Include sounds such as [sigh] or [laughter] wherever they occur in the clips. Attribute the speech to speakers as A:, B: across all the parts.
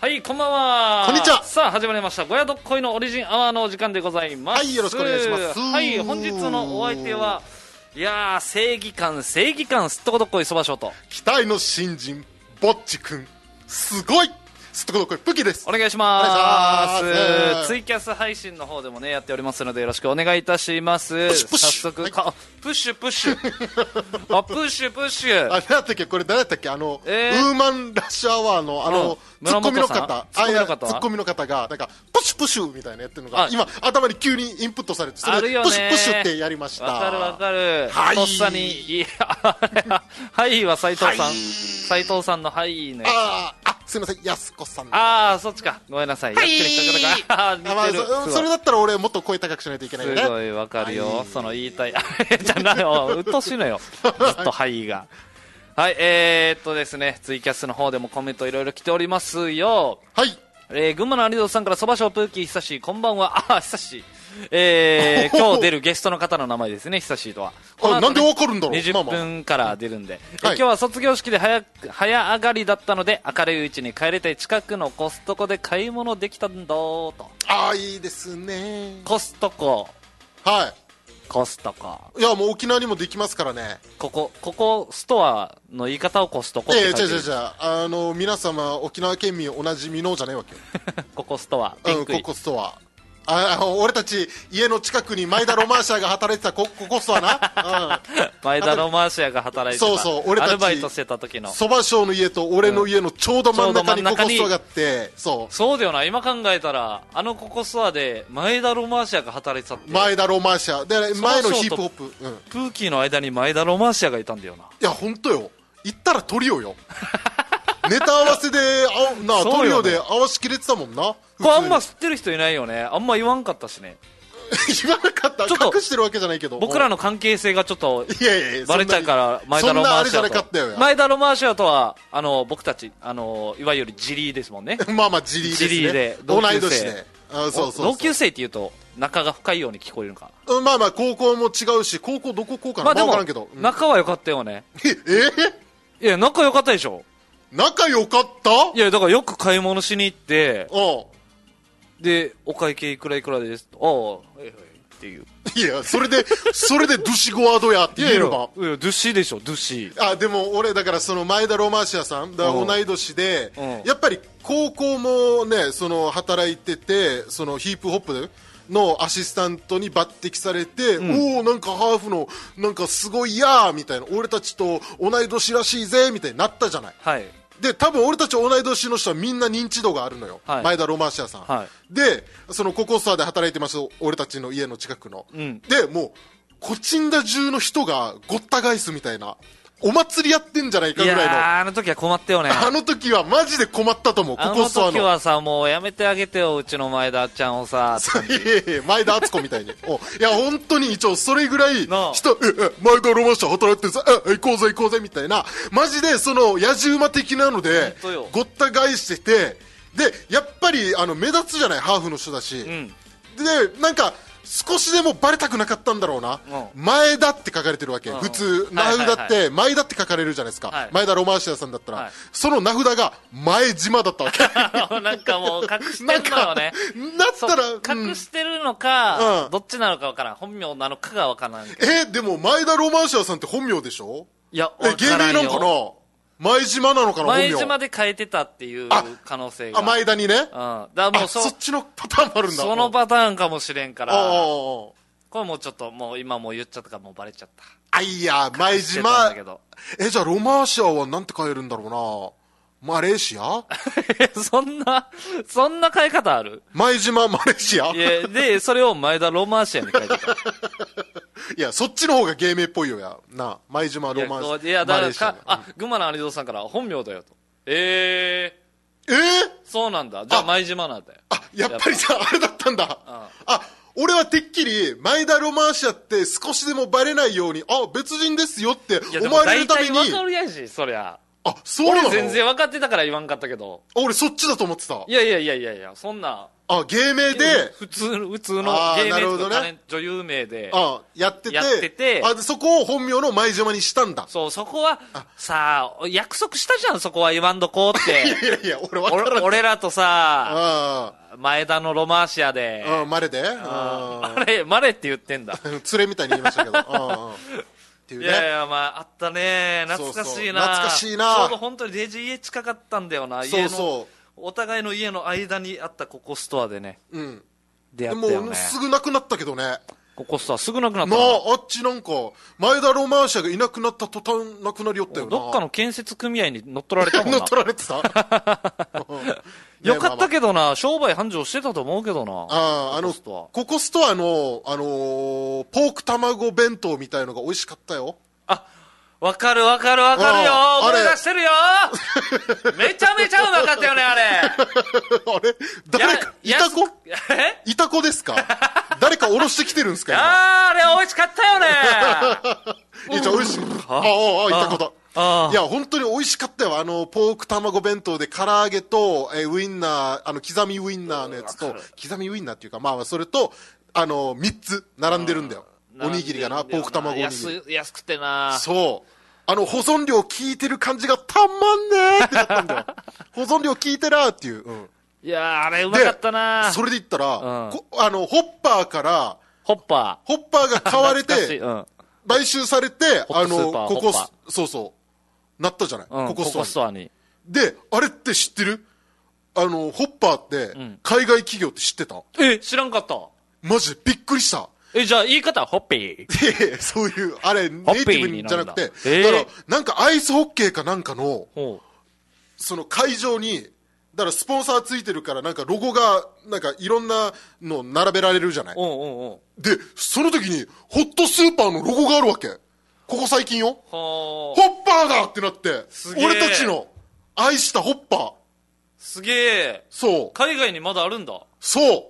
A: はい、こんばんは。
B: こんにちは
A: さあ、始まりました。ゴヤどっこいのオリジンアワーのお時間でございます。
B: はいよろしくお願いします
A: はい、本日のお相手は、いやー、正義感、正義感、すっとこどっこい、そばしょうと。
B: 期待の新人ぼっちくんすごいすっとこどっこい武器です
A: お願いしま
B: お願いします
A: す。ツイキャス配信の方でもね、やっておりますので、よろしくお願いいたします。
B: シュプッシ
A: 早
B: ュ
A: 速、かあプッシュプッシュ。
B: [laughs]
A: あ、プッシュプッシュ。
B: あれだったっけこれ誰だったっけあの、
A: えー
B: ウーマンラッシュアワーのあの、
A: うん
B: ツッコミ
A: 村
B: の
A: 本
B: 方
A: さん
B: あいや
A: ツッコミの方
B: ツッコミの方がなんかプシュプシュみたいなやってるのが
A: あ
B: 今頭に急にインプットされてそ
A: あ
B: れ
A: る
B: で
A: よね。
B: プシュプシュってやりました
A: わかるわかる。
B: はい
A: とっさに。いや、 [laughs] あれははいは斎藤さん。
B: はい
A: 斎藤さんのはいのやつ
B: あーあすいませんやすこさん
A: ああ、そっちか。ごめんなさい。
B: はい
A: やってる人があー
B: あまあ
A: 似てる。
B: そ
A: す
B: そ
A: ご
B: れ
A: い
B: だったら俺もっと声高くしないといけないよね
A: すごいわかるよ、
B: はい
A: その言いたい、あれじゃないよ、うっとうしいのよ、ずっとはいが。はい、えー、っとですね、ツイキャスの方でもコメントいろいろ来ておりますよ。
B: はい
A: えー、群馬の有堂さんから、そばしょうプーキー、久し、こんばんは、あー、久し、え
B: [laughs]
A: ー、今日出るゲストの方の名前ですね、久しとは。この
B: あ
A: 後ね
B: なんでわかるんだろうまあ
A: 20
B: まあ
A: 分から出るんで、え
B: はい
A: 今日は卒業式で早く早上がりだったので明るいうちに帰れて近くのコストコで買い物できたんだと
B: ああいいですね
A: コストコ
B: は
A: コストコ
B: いいやもう沖縄にもできますからね
A: ここここストアの言い方をコストコって
B: ええ
A: 書いて
B: 違う
A: る
B: 違う違うあの皆様沖縄県民おなじみのじゃないわけよ
A: [laughs] ここストアピ
B: う
A: ン
B: ん、
A: クい
B: ココストアああ俺たち家の近くに前田ロマンシアが働いてた [laughs] コココストアな
A: 前田ロマーシアが働いてた
B: そうそう俺たち
A: アルバイトしてた時の
B: そば師匠の家と俺の家のちょうど真ん中に
A: うんちょうど真ん
B: コ
A: 中
B: コ
A: に
B: ストアがあってそう
A: そうだよな今考えたらあのここストアで前田ロマーシアが働いてたって
B: 前田ロマンシアで前のヒップホップ、うん、い
A: プーキーの間に前田ロマーシアがいたんだよな
B: や本当よ行ったらトリ
A: [laughs]
B: オよネタ合わせであな
A: そうよね
B: トリオで合わしきれてたもんな
A: これあんま
B: 普
A: 知ってる人いないよねあんま言わんかったしね
B: 通に [laughs] 言わなかった
A: ちょっと
B: 隠してるわけじゃないけど
A: 僕らの関係性がちょっと
B: いやいやいや
A: バレちゃうから前
B: そ
A: 田
B: んな
A: ロマ
B: にそんなあ
A: ー
B: れ
A: シ
B: じゃ
A: ア
B: なか
A: と
B: ったよ
A: 前田ロマーシアとはあの僕たちあのいわゆるジリーですもんね
B: まあまあジリーですね
A: ジリーで
B: 同
A: 同級生
B: い年であそうそうそう
A: 同級生っていうと仲が深いように聞こえるのか
B: うんまあまあ高校も違うし高校どここうか
A: ま
B: な、
A: あで
B: まあ、分
A: も
B: からんけど、うん
A: 仲は良かったよね
B: ええ
A: いや仲良かったでしょ
B: 仲良かった
A: いやだからよく買い物しに行って
B: お
A: でお会計いくらいくらですああはいはいっていう
B: いやそれでそれでドゥシゴワドやって言えれば
A: いやドゥシーでしょドゥシー
B: あでも俺だからその前田ロマーシアさんだから
A: うん
B: 同い年で
A: うん
B: やっぱり高校もねその働いててそのヒップホップのアシスタントに抜擢されて、おおなんかハーフのなんかすごいやーみたいな俺たちと同い年らしいぜみたいになったじゃない
A: はい
B: で多分俺たち同い年の人はみんな認知度があるのよ、
A: はい
B: 前田ロマーシアさん、
A: は
B: でそのココスターで働いてます俺たちの家の近くの、
A: ん
B: でもうコチンダ中の人がごった返すみたいなお祭りやってんじゃない
A: い
B: かぐらいの
A: やーあの時は困ったよね
B: [laughs] あの時はマジで困ったと思うコ
A: あ
B: コ
A: の
B: スター
A: 時
B: の
A: はさ、もうやめてあげてよ、うちの前田ちゃんをさ。
B: いやいやいや前田敦子みたいにおいや本当に一応それぐらい
A: なあ
B: 人ええ前田ロマンシア働いてるぜええ行こうぜ行こうぜみたいなマジでその野獣馬的なので
A: 本当よ
B: ごった返しててでやっぱりあの目立つじゃないハーフの人だし、
A: ん
B: でなんか少しでもバレたくなかったんだろうな、
A: う
B: 前田って書かれてるわけ、
A: ん
B: 普通、
A: は
B: 名
A: いはいはい
B: 札って前田って書かれるじゃないですか、
A: はい
B: 前田ロマンシアさんだったら、
A: はい
B: その名札が前島だったわ
A: [laughs]
B: け
A: なんかもう隠してんのよね。
B: なっ
A: そ
B: たら
A: う
B: うん
A: 隠してるのか、
B: うん
A: どっちなのかわからん。本名なのかがわからん。い
B: えでも前田ロマンシアさんって本名でしょ
A: や、わか
B: え
A: らんよ
B: 芸名なんかな前島なのかな本名
A: 前島で変えてたっていう可能性が。
B: あ前田にね
A: うん。だからも
B: あ
A: うそ
B: そ、っちのパターンもあるんだ
A: その
B: 場
A: パターンかもしれんか
B: あああ
A: ら、これもうちょっと、もう今もう言っちゃったからもうバレちゃった。
B: ああいや前
A: してたん
B: 島
A: だけど。
B: えじゃあロマンシアはなんて変えるんだろうなマレーシア
A: [laughs] そんな、そんな変え方ある
B: 前島マレーシア
A: い
B: いや
A: や、で、それを前田ロマンシアに変えてた。
B: そっちの方が芸名っぽいよやな前島
A: いや
B: [laughs] ロマン
A: こう
B: シ
A: い
B: ア
A: やだから
B: マレーシア
A: かあ群馬の有蔵さんから本名だよとええ
B: えー、
A: そうなんだじゃあ前島なんだよ
B: あ、やっぱりさ、あれだったんだ。あ俺はてっきり、前田ロマンシアって少しでもバレないように、あ、別人ですよって
A: いやで
B: 思
A: も
B: われる
A: 大
B: ため
A: 体
B: に、
A: わかるやしそりゃ
B: あそうな
A: 俺
B: の
A: 全然分かってたから言わんかったけど。
B: あ俺そっちだと思ってた
A: いやいやいやいやいや、そんな。
B: あ芸名で
A: 普通の、普通の
B: あー
A: 芸名
B: なる
A: と
B: ほど
A: か
B: ね
A: タレント女優名で。
B: あやってて
A: やってて
B: あでそこを本名の前島にしたんだ
A: そう、そこは、さあ、約束したじゃん、そこは言わんとこうって。
B: いやいや俺分から
A: 俺
B: ない
A: 俺らとさ、
B: あ
A: 前田のロマーシアで
B: ー、あーマレであ
A: あれ、マレって言ってんだ。
B: ー連れみたいに言いましたけどあーっていう
A: い
B: ね
A: やいや、まあ、あったね。懐かしいな。
B: そうそう懐かしいな
A: ちょうど本当にレジ家近かったんだよな。
B: そうそ
A: 家のお互いの家の間にあったココストアでね、
B: うん
A: 出
B: で
A: 会ったよ
B: も
A: ね。
B: すぐなくなったけどね
A: ココストアすぐなくなった
B: な
A: な
B: ああっちなんか前田ロマンシャがいなくなった途端なくなりよったよな
A: どっかの建設組合に乗っ取られたもん
B: [laughs] 乗
A: な
B: っ。取ら
A: [laughs]
B: れてた
A: よかった
B: ど、ね
A: けどな、商売繁盛してたと思うけどな。
B: あああ
A: コ
B: の
A: コスト
B: ココストアの、あのーポーク卵弁当みたいのが美味しかったよ [laughs]
A: あ、わかるわかるわかるよ
B: あああ
A: 思
B: れ
A: い出してるよめちゃめちゃうまかったよね、あれ
B: あれ [laughs] 誰かい
A: や
B: た子
A: やすえ
B: いた
A: [laughs]
B: 子ですか誰かおろしてきてるんですか
A: あーあれ美味しかった
B: [laughs]
A: よね
B: 今いやじゃあ美味しいああああいた子だ
A: あ
B: いや本当に美味しかったよあのポーク卵弁当で唐揚げと、えーウインナーあの刻みウインナーのやつ
A: う
B: と
A: んわか
B: 刻みウインナーっていうかまあそれとあの3つ並んでるんだよおにぎりがなポーク卵おにぎり
A: 安い安くてな
B: そう。あの、保存量聞いてる感じがたまんねーってなった
A: [laughs]
B: んだよ。保存量聞いてなーっていう。うん
A: いやーあれうま
B: で
A: かったな
B: それで言った
A: う
B: ら、
A: ん
B: こあの、ホッパーから、
A: ホッパ
B: ホッパーが
A: ー
B: 買われ
A: 懐かしい
B: て、
A: うん
B: 買収されて、
A: ホッ
B: あ
A: プスー
B: の、
A: パー
B: ここ
A: ホッパ、
B: そうそう、なったじゃない。
A: うん
B: ここ
A: ココストアに
B: で、あれって知ってるあの、ホッパーって
A: ん、
B: 海外企業って知ってた
A: え知らんかった
B: マジでびっくりした。
A: えじゃあ言い方ホッピー
B: で、そういう、あれ、ネイテ
A: ッピ
B: ィブ
A: ーに
B: に
A: な
B: じゃ
A: る
B: なん
A: だ
B: くて、
A: えー
B: だから、なんかアイスホッケーかなんかの、
A: [laughs] ほ。
B: その会場に、だからスポンサーついてるから、なんかロゴが、なんかいろんなの並べられるじゃないう
A: おうんうんうん
B: で、その時に、ホットスーパーのロゴがあるわけ。ここ最近よ。
A: は
B: ホ
A: あ
B: ッパーだってなって
A: す、げえ
B: 俺たちの愛したホッパー。
A: すげえ
B: そう。
A: 海外にまだあるんだ
B: そう。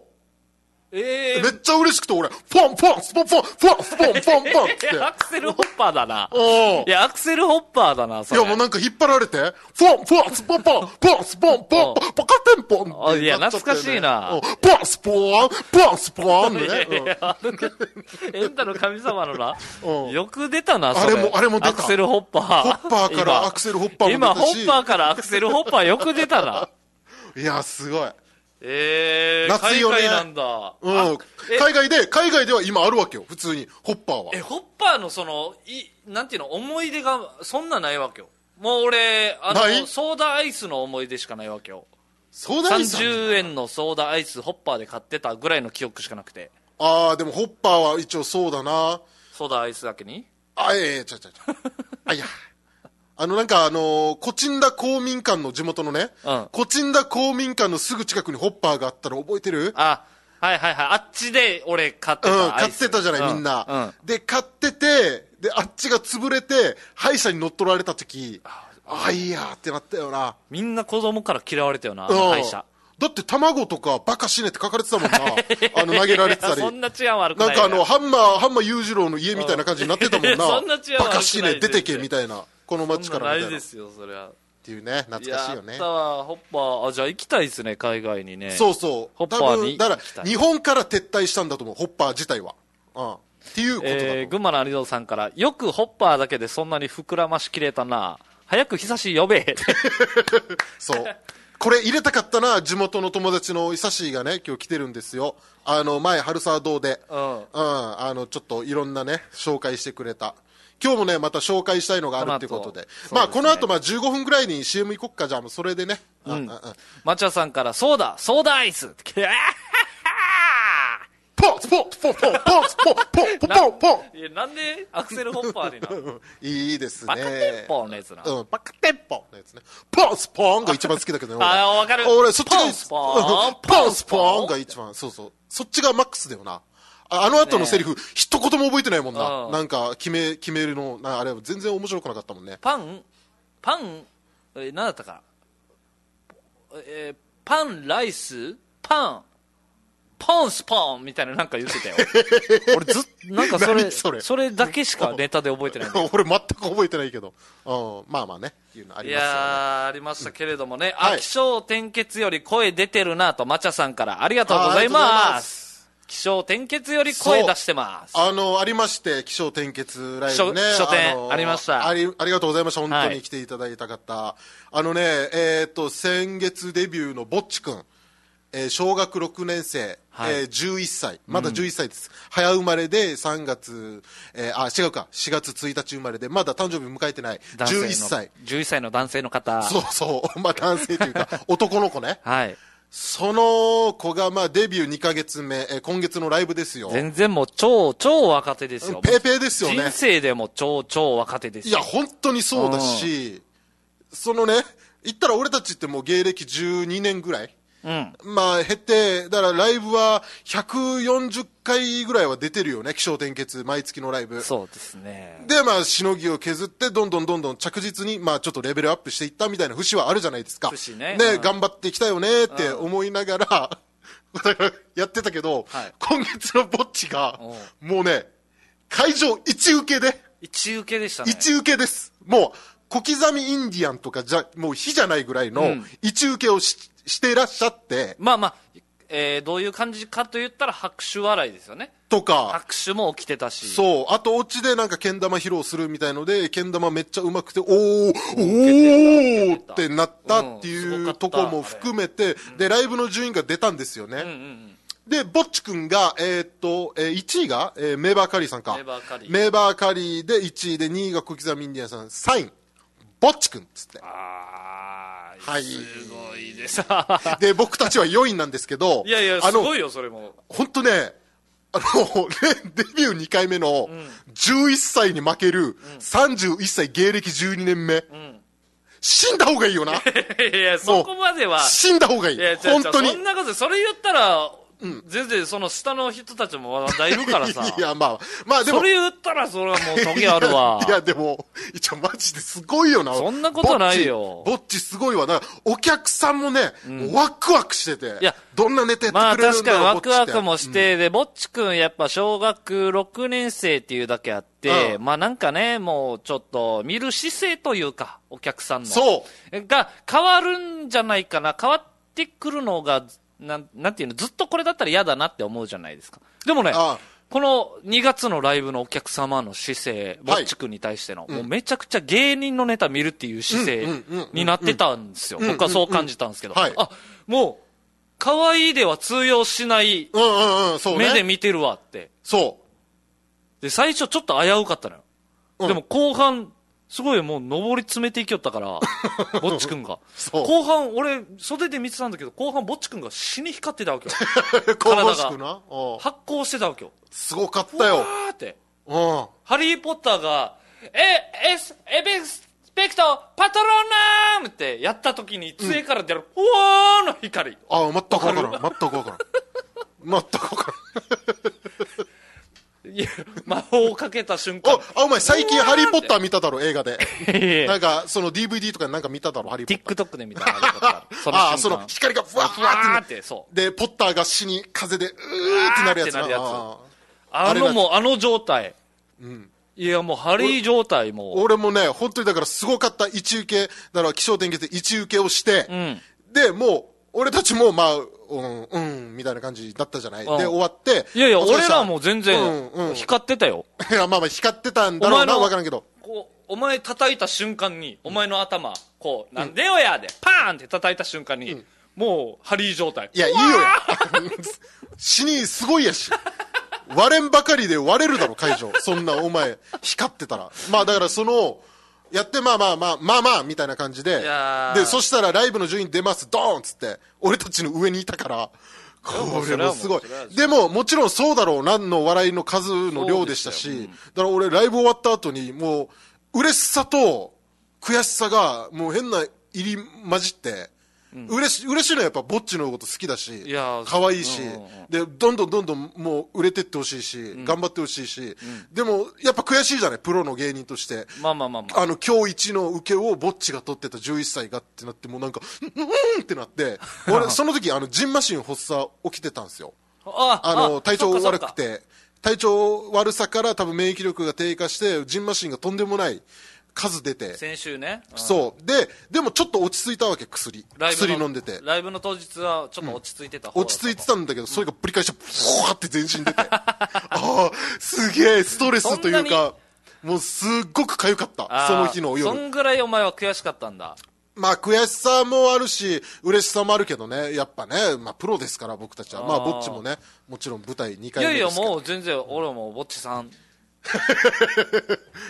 A: ええ
B: めっちゃ嬉しくて俺、ポンポンスポンポンフォンスポンポンポン
A: [laughs]
B: って。
A: いやアクセルホッパーだな
B: うん
A: いやアクセルホッパーだなそ
B: い
A: れ
B: やもうなんか引っ張られて、フォンフォンスポンポン、ポンスポンポン、ポカテンポンっ
A: あ
B: て
A: いや
B: なっちゃった
A: 懐
B: よね
A: かしいな
B: うんポンスポン、ポンスポンで
A: いや
B: ね
A: い。 [laughs]
B: うん
A: やあの [laughs] エンタの神様のな
B: うん、
A: よく出たな、それ。
B: あれもあれも出た
A: アクセルホッパー。
B: ホッパーから
A: 今
B: アクセルホッパー
A: 今、
B: も出
A: ホ
B: たし
A: ッパーからアクセルホッパーよく出たな。
B: いや、すごい。
A: [laughs] えー、
B: 夏
A: 海
B: よね
A: 外なんだ。
B: うん
A: あ。え
B: 海外で、海外では今あるわけよ、普通に。ホッパーは
A: え、。ホッパーのその、い、なんていうの、思い出が、そんなないわけよ。もう俺、あ
B: な
A: の、
B: い
A: ソーダアイスの思い出しかないわけよ。
B: ソーダアイスなんだ
A: 30円のソーダアイス、ホッパーで買ってたぐらいの記憶しかなくて。
B: ああ、でもホッパーは一応そうだな。
A: ソーダアイスだけに
B: あ、ええ、ちゃちゃちゃ。あ、いや。あの、なんかあのー、コチンダ公民館の地元のね、
A: うん
B: コチンダ公民館のすぐ近くにホッパーがあったの覚えてる
A: あ、はいはいはい。あっちで俺買って
B: う
A: た。
B: ん、買ってたじゃない、みん
A: うん
B: な。で、買ってて、で、あっちが潰れて、歯医者に乗っ取られた時、あ、いやーってなったよな。
A: みんな子供から嫌われたよな、あの会社。
B: だって卵とかバカ死ねって書かれてたも
A: [laughs]
B: んな。あの投げられてた
A: い
B: り。
A: [laughs] やそんな治安悪くない
B: なんかあの、ハンマー、ハンマー裕次郎の家みたいな感じになってたもんな。
A: [laughs] そんな治安悪くない
B: バカ死ね出てけみたいな。この街
A: そ
B: か
A: んな
B: ら
A: な
B: みた
A: い
B: いな。
A: で
B: っ
A: すよ、そりゃ。
B: ていうね、懐かしいよ
A: や
B: ね
A: った。わホッパー。あ、じゃあ行きたいですね、海外にね。
B: そうそう。
A: ホッパ
B: 多
A: ー
B: 分
A: に
B: だか
A: 行きた
B: ら、
A: い
B: 日本から撤退したんだと思う、ホッパー自体は。うん。っていうことだと思う。
A: えー、群馬の有野さんから、よくホッパーだけでそんなに膨らましきれたな。早く久し呼べ。
B: そう。これ入れたかったな、地元の友達のイサシーがね、今日来てるんですよ。あの、前、春沢堂で。
A: うん
B: あの、ちょっといろんなね、紹介してくれた。今日もね、また紹介したいのがあるってこと
A: この後そ
B: で。
A: うですね
B: まあ、この後、まあ、15分ぐらいに CM 行こっか、じゃあ、もうそれでね。うん。うんうん
A: マチャさんから、そうだ、ソーダアイス。
B: ポンポンポンポンポンポンポンポンポンポ
A: いやなんでアクセルホッパーになるの
B: ンいいですね。
A: バカテンポーのやつな。
B: うん、バカテンポンのやつね。ポンスポーンが一番好きだけどね。俺
A: [laughs] あーわかる
B: 俺、そっちがいいっす
A: ポンスポ
B: [laughs]
A: ーン
B: ポンスポーンが一番。そうそう。そっちがマックスだよな。ああの後のセリフ、一言も覚えてないもんな。
A: うん
B: なんか、決め、決めるの、なあれ、全然面白くなかったもんね。
A: パン、パン、えー、何だったかな。えーパン、ライス、パン、ポンスポンみたいななんか言って
B: [laughs]
A: たよ。俺ずっと、なんかそれ
B: 何それ
A: だけしかネタで覚えてないんだよ。
B: 俺全く覚えてないけど、うん、まあまあね [laughs] いうのあ
A: い
B: りますよ、ね、
A: やー、ありましたけれどもね、
B: はい
A: あ、気象転結より声出てるなと、まちゃさんからありがとうござい
B: あありがとうござい
A: ま。
B: ます
A: 気象転結より声出してます。
B: あのありまして気象転結ライブね
A: 気象転
B: あの
A: ありました
B: ありありがとうございました本当
A: は
B: に
A: い
B: 来ていただいた方、あのねえーっと先月デビューのぼっちくん、えー小学6年生、
A: はい
B: えー11歳まだ11歳です、早生まれで3月、えーあ違うか4月1日生まれでまだ誕生日迎えてない
A: 男性の
B: 11歳。
A: 11歳の男性の方。
B: そうそう、 [laughs] まあ男性というか、男の子ね。
A: はい。
B: その子が、まあデビュー2ヶ月目、えー今月のライブですよ。ペ
A: 全然もう超、超若手ですよ。
B: ーペーですよね
A: 人。生でも超、超若手です
B: い
A: よ
B: や、。本当にそうだし、そのね、言ったら俺たちってもう芸歴12年ぐらい。
A: うん。
B: まあ、減って、だからライブは140回ぐらいは出てるよね、気象転結、毎月のライブ。
A: そうですね。
B: で、まあ、しのぎを削って、どんどんどんどん着実に、まあ、ちょっとレベルアップしていったみたいな節はあるじゃないですか。
A: 節ねうん
B: 頑張ってきたよねって思いながら、 [laughs] だからやってたけど、
A: はい
B: 今月のぼっちが、
A: お
B: もうね、会場一受けで、
A: 一受けでしたね。
B: 一受けです。もう、小刻みインディアンとかじゃ、もう火じゃないぐらいの
A: うん、
B: 一受けをし,、していらっしゃって、
A: まあまあ、えーどういう感じかと言ったら拍手笑いですよね。
B: とか、
A: 拍手も起きてたし。
B: そう。あと、オチでなんか、けん玉披露するみたいので、けん玉めっちゃうまくて、おー、おー
A: た
B: ってなったって
A: うんす
B: い
A: ごか
B: う
A: った
B: とこも含めて、で、ライブの順位が出たんですよ
A: うんう
B: ね。
A: んうん。
B: で、ぼっちくんが、えーっと、えー1位が、えーメーバーカリーさんか。
A: メーバーカリー
B: メーバーカリーで1位で、2位が小刻みインディアンさん、サイン、ぼっちくんっつって。
A: あー、
B: はい
A: すごい
B: [laughs]
A: です。
B: で、僕たちは4位なんですけど、
A: いやいや、
B: あ
A: す
B: の、
A: ごいよ、それも。 [laughs]
B: 本当ね、あの、 [laughs] ねデビュー2回目の11歳に負ける31歳芸歴12年目。死んだ方がい
A: [laughs]
B: いよな。
A: いや、そこまでは。
B: 死んだ方がいい
A: いや、。違う違
B: 本
A: う
B: 当に。
A: そんなこと、それ言ったら、全然その下の人たちもまだいるからさ。
B: [laughs] いや、まあ、まあでも。
A: それ言ったら、それはもう時あるわ
B: [laughs] 。いや、でも、一応マジですごいよな。
A: そんなことないよ
B: ぼっちぼっちすごいわ。だから、お客さんもね、ワクワクしてて。
A: いや
B: どんなネタ
A: ま
B: やっ
A: あ
B: てくれる
A: 確
B: んだ
A: かに
B: ろう、ぼ
A: ワ
B: っち
A: ク
B: って
A: ワクもして、で、ぼっちくんやっぱ小学6年生っていうだけあって、
B: うん
A: まあなんかね、もうちょっと見る姿勢というか、お客さんの。
B: そう。
A: が変わるんじゃないかな。変わってくるのが、なん、なんていうの、ずっとこれだったら嫌だなって思うじゃないですか。でもね、
B: あ
A: この2月のライブのお客様の姿勢、ぼっちくんに対しての、もうめちゃくちゃ芸人のネタ見るっていう姿勢
B: うんうんうんうん
A: になってたんですよ。
B: うんうん
A: 僕はそう感じたんですけど。
B: はい
A: あ、もう、可愛いでは通用しない
B: うんうんうん、そうね。
A: 目で見てるわって。
B: そ
A: で、最初ちょっと危うかったのよ。
B: うん
A: でも後半、すごいもう上り詰めていきよった
B: [laughs]
A: から、ぼっちくんが。
B: そう
A: 後半、俺、袖で見てたんだけど、後半ぼっちくんが死に光ってたわけ
B: [laughs]
A: よ。
B: う。香ばしくな。うん
A: 発光してたわけよ。
B: すごかったよ。
A: あーって。
B: うん。
A: ハリー・ポッターが、え、エス、エベスペクト、パトローナームってやった時に、杖から出る、うわーの光。
B: ああ、全くわからん。全くわからん。全くわか
A: いや、魔法をかけた瞬
B: らん
A: 間。。
B: あ、あ、お前最近
A: うわー
B: ハリーポッター見ただろ、映画で。
A: な
B: なんんか、その DVD とかなんか見ただろ、ハリーポッター。
A: TikTok で見たハリー・ポッター。その瞬
B: あ
A: 間。
B: あ、その光がふわふ
A: わ
B: わ
A: ー
B: っ。
A: ってて、そう。
B: で、ポッターが死に風で、うーってなるやつ
A: うわーってなるやつ
B: ああ
A: あ
B: あれだ
A: のもう、あの状態。いや、もう、ハリー状態も
B: 俺もね、本当にだからすごかった一受け、だから気象点検で一受けをして、
A: ん
B: で、もう、俺たちもまあ、うん、うん、みたいな感じだったじゃない。で、
A: ん
B: 終わって。
A: う。いやいや、
B: お疲れ様
A: 俺らも全
B: うん
A: 然
B: うん、い
A: 光ってたよ。
B: や、まあまあ光ってたんだろうな、
A: お前の
B: わからんけど。
A: こう、お前叩いた瞬間に、お前の頭、こう、なんでよやで、パーンって叩いた瞬間に、もう、ハリー状態。
B: いや、いいよや。死にすごいやし。割れんばかりで割れるだろ、会場。そんなお前、光ってたら。まあだからその、やって、まあまあまあ、まあまあ、みたいな感じで。
A: やー
B: で、そしたらライブの順位出ます、ドーンっつって、俺たちの上にいたから、これもすごい
A: それはもうそれはも。う
B: でも、もちろんそうだろう、何の笑いの数の量でしたし、だから俺ライブ終わった後に、もう、嬉しさと悔しさが、もう変な入り混じって、嬉し嬉しいのはやっぱぼっちのこと好きだし、
A: いやー
B: 可愛いし、
A: うんうんうん
B: で、どんどんどんどんもう売れてってほしいし、頑張ってほしいし、でもやっぱ悔しいじゃない、プロの芸人として。
A: まあまあまあまあ。
B: あの、今日一の受けをぼっちが取ってた11歳がっ
A: [laughs]
B: てなって、もうなんか、うんうんうんってなって、俺、その時、あの、ジンマシン発作起きてたんですよ。
A: あ
B: あの体調悪
A: そっ
B: く
A: かそって
B: 体調悪さから多分免疫力が低下してジンマシンがとんでもない数出て
A: か先週ね、うん
B: そうででもちょっと落ち着いたわけ薬
A: ライブの
B: 薬飲んでて
A: ライブの当日はちょっと落ち着いてた方だった
B: 落ち着いてたんだけどそれがぶり返してブワーって全身出て [laughs] ああすげえストレスという
A: そんな
B: かもうすっごく痒かった
A: あー
B: その日の
A: そ
B: 夜
A: んぐらいお前は悔しかったんだ
B: まあ悔しさもあるし嬉しさもあるけどねやっぱね、まあ、プロですから僕たちはまあ
A: あー
B: ぼっちもねもちろん舞台2
A: い
B: 回
A: や
B: 目
A: い
B: で
A: や
B: すから
A: もう全然俺はもうぼっちさん
B: [laughs]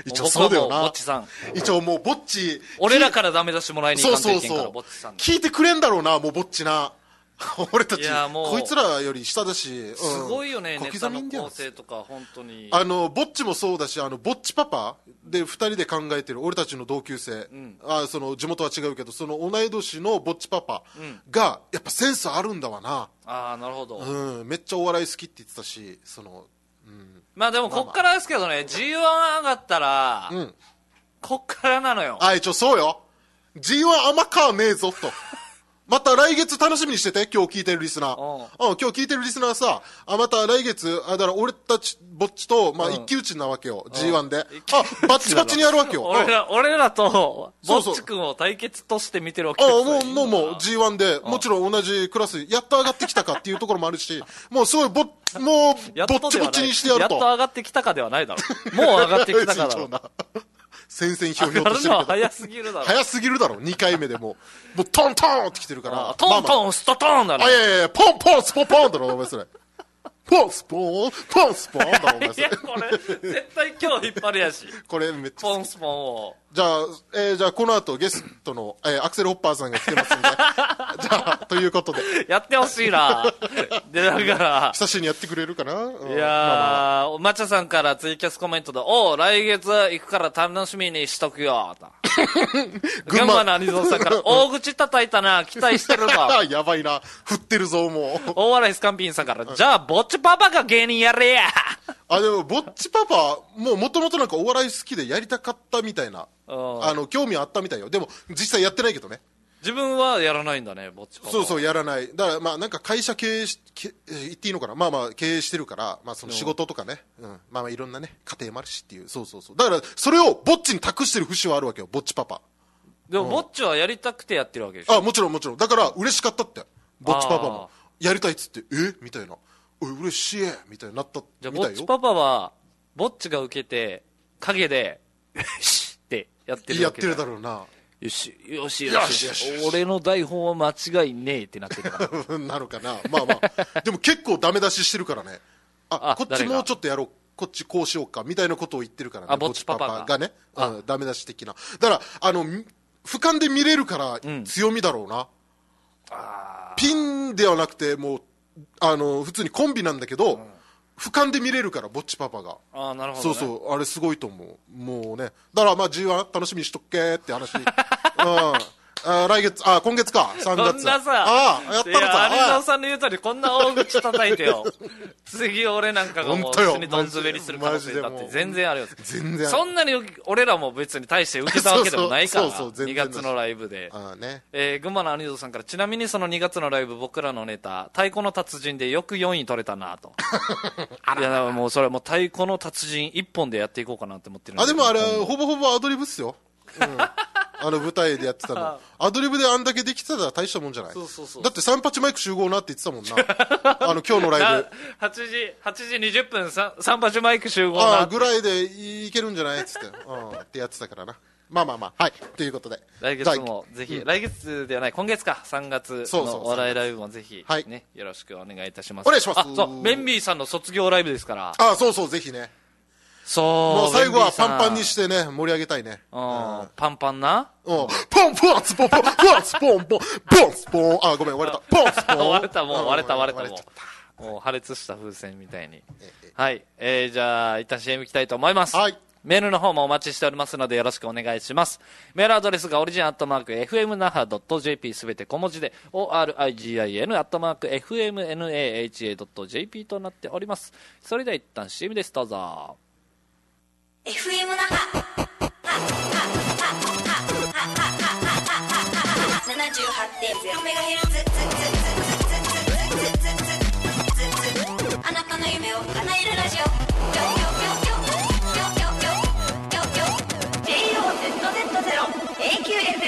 B: 一応そうだよ
A: 僕はもうぼ
B: な
A: っちさん
B: 一応もうぼっち
A: 俺らからダメ出しもらいに行
B: そう
A: かんとい
B: そう
A: けんか
B: そ
A: ら
B: う
A: ぼっちさんで
B: 聞いてくれんだろうなもうぼっちな [laughs] 俺たち
A: いやもう
B: こいつらより下だし、うん
A: すごいよね、
B: 小
A: ネタ
B: 刻み
A: の
B: んだよ
A: 構成とか本当に
B: あのぼっちもそうだしあのぼっちパパで2人で考えてる俺たちの同級生、あその地元は違うけどその同い年のぼっちパパが、やっぱセンスあるんだわな、
A: ああなるほど、
B: うん、めっちゃお笑い好きって言ってたしその、うん、
A: まあでもこっからですけどね G1 上がったら、
B: うん
A: こっからなのよ
B: あ一応そうよ G1 甘かねえぞと [laughs] また来月楽しみにしてて今日聞いてるリスナー
A: うん
B: うん今日聞いてるリスナーさあまた来月あだから俺たちぼっちと、まあ、
A: ん
B: 一騎打ちなわけよ、G1 であ
A: 一
B: バッチバチにやるわけようん
A: 俺ら俺らとぼ
B: そう
A: っ
B: そう
A: ちくんを対決として見てるわけ
B: あ
A: ですよ
B: もう、もう、もう、
A: 今
B: G1 で、もちろん同じクラス、やっと上がってきたかっていうところもあるし、もうすごい
A: [laughs]
B: ぼ、も
A: やっ
B: う、
A: と
B: ぼっち
A: では
B: ぼ
A: ない
B: っちにしてやる
A: やっと
B: と。
A: 上がってきたかではないだろもう上がってきたか
B: [laughs]
A: だろ
B: 慎重な戦々
A: 上
B: ひょうひょ
A: が
B: うと
A: る
B: して
A: のは
B: るけど。
A: 早すぎるだろ
B: 早すぎるだろ、2回目でもう。もう、トントンってきてるから。
A: トン
B: まあま
A: トンストトンだ
B: ああ、
A: ろ
B: いやいやいや、ポンポンスポンポンだろ、お前それ。ポンスポン、ポンスポンだろ、お前
A: い
B: そ
A: や
B: れ。
A: これ絶対今日引っ張るやし
B: これめっちゃ。
A: ポンスポンを
B: じゃあ、えーじゃあこの後ゲストの、えーアクセルホッパーさんが来てます
A: [laughs]
B: んで。じゃあ、ということで、
A: やってほしい
B: [laughs]
A: なでだから
B: 久しぶりにやってくれるかな。うん
A: いやー、抹茶さんからツイキャスコメントで、おう、来月行くから楽しみにしとくよ、と。群
B: [laughs] 群馬
A: 馬のアニゾンさん
B: [laughs]
A: から、大口叩いたな、期待してるぞ。
B: あ [laughs] やばいな。振ってるぞ、もう。
A: 大笑いスカンピンさんから、じゃあ、ぼっちパパが芸人やれや。
B: あ、でも、ぼっちパパ、もうもともとなんかお笑い好きでやりたかったみたいな。
A: うん
B: あの、興味あったみたいよ。でも、実際やってないけどね。
A: 自分はやらないんだね、ぼっちパパ。
B: そうそう、やらない。だから、まあ、なんか会社経営し、けえー言っていいのかなまあまあ、経営してるから、まあ、その仕事とかね。うん。まあまあ、いろんなね、家庭もあるしっていう。そうそうそう。だから、それをぼっちに託してる節はあるわけよ、ぼっちパパ。
A: でも、ぼっちはやりたくてやってるわけでしょ。
B: あ、もちろんもちろん。だから、嬉しかったって。ぼっちパパも。やりたいっつって、えみたいな。おい、嬉しいみたいになったみ
A: じゃあ、
B: たいよ。
A: ぼっちパパは、ぼっちが受けて、影で、よしってやってる
B: や
A: わ
B: っ
A: け
B: てるだろうな。
A: よし、よし、
B: よ
A: よ
B: し
A: し、
B: よ
A: よ
B: しよ
A: し
B: し。
A: 俺の台本は間違いねえってなってるから。
B: なのかな、まあまあ、でも結構ダメ出ししてるからね、あ
A: あ
B: こっち
A: 誰が
B: もうちょっとやろう、こっちこうしようかみたいなことを言ってるからね、
A: あぼっちパパが
B: ぼっがね、うん、ダメ出し的な、だからあの、み俯瞰で見れるから強みだろうな、ピンではなくて、もうあの普通にコンビなんだけど、俯瞰で見れるから、ぼっちパパが。
A: ああ、なるほど、
B: そ
A: ね。
B: う [laughs] そう、あれすごいと思う。もうね。だからまあ G1 楽しみにしとっけーって
A: [laughs]
B: 話。うん。あ来月、あ、今月か、3
A: こ
B: 月。
A: んなさ、
B: ああ、やった
A: い
B: の
A: や
B: さ。
A: アリザ
B: あ
A: オさんの言う通り、こんな大口叩いてよ。 [laughs] 次、俺なんかがもう、
B: 本
A: 普
B: 当よ
A: 通にどんずべりする可能性だっ
B: マジで
A: て
B: もう
A: 全然あるよ。
B: 全然ある
A: そんなに俺らも別に大して受けたわけでもないから、
B: そうそうそうそ
A: 2
B: う全然
A: 月のライブで。
B: あね。
A: えー群馬のアニゾさんから、ちなみにその2月のライブ、僕らのネタ、太鼓の達人でよく4位取れたな
B: [laughs]
A: と。いや、だからもうそれはもう太鼓の達人1本でやっていこうかなって思ってるん
B: あ、でもあれ、
A: 今後
B: ほぼほぼアドリブっすよ。
A: [laughs]
B: うん。あの舞台でやってたの。アドリブであんだけできてたら大したもんじゃない
A: そうそうそう
B: だって三八マイク集合なって言ってたもんな。
A: [laughs]
B: あの、今日のライ
A: な
B: ブ。
A: 8時、8時20分、さ三八マイク集合
B: あ
A: な
B: あ、。ぐらいでいけるんじゃないっつって。うん。ってやってたからな。まあまあまあ。はい。ということで。
A: 来
B: じゃあ
A: 月もぜひ、来月ではない、今月か、3月
B: そうそう
A: のお笑いライブもぜひ、
B: はい
A: ね、よろしくお願いいたします。
B: お願いします
A: あ、そう、メンビーさんの卒業ライブですから。
B: ああ、そうそう、ぜひね。
A: そう。
B: もう最後はパンパンに
A: し、
B: してね、盛り上げたいね。
A: う
B: うん
A: ん、パンパンな
B: ポンポンスポンポンポンスポンポンポンスポンあごめん割れたポンスポ
A: あ
B: ン
A: 割れた、もう割れた、割れた、
B: うん
A: も
B: ちゃっ
A: う。もう破裂した風船みたいに。はい。えー、じゃあ、一旦 CM 行きたいと思います。
B: はい
A: メールの方もお待ちしておりますのでよろしくお願いします。メールアドレスがオリジンアットマーク FMNAHA.jp すべて小文字で origin アットマーク FMNAHA.jp となっております。それでは一旦 CM です。どうぞ。
C: FM 那覇78.0メガヘルツ。の夢を叶えるラジオ「ぴょんぴょんぴょんぴょんぴょんぴょんぴょんぴょんぴょん JOZZ0AQFM」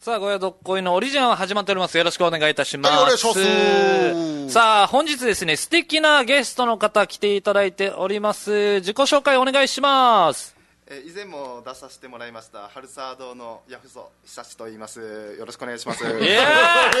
A: さあ、ごやどっこいのオリジナルは始まっております。よろしくお願いいたします。
B: はいお願いします
A: さあ、本日ですね、素敵なゲストの方来ていただいております。自己紹介お願いします。
D: えー以前も出させてもらいましたハルサー堂のヤフソ久志と言いますよろしくお願いします
A: いやー [laughs]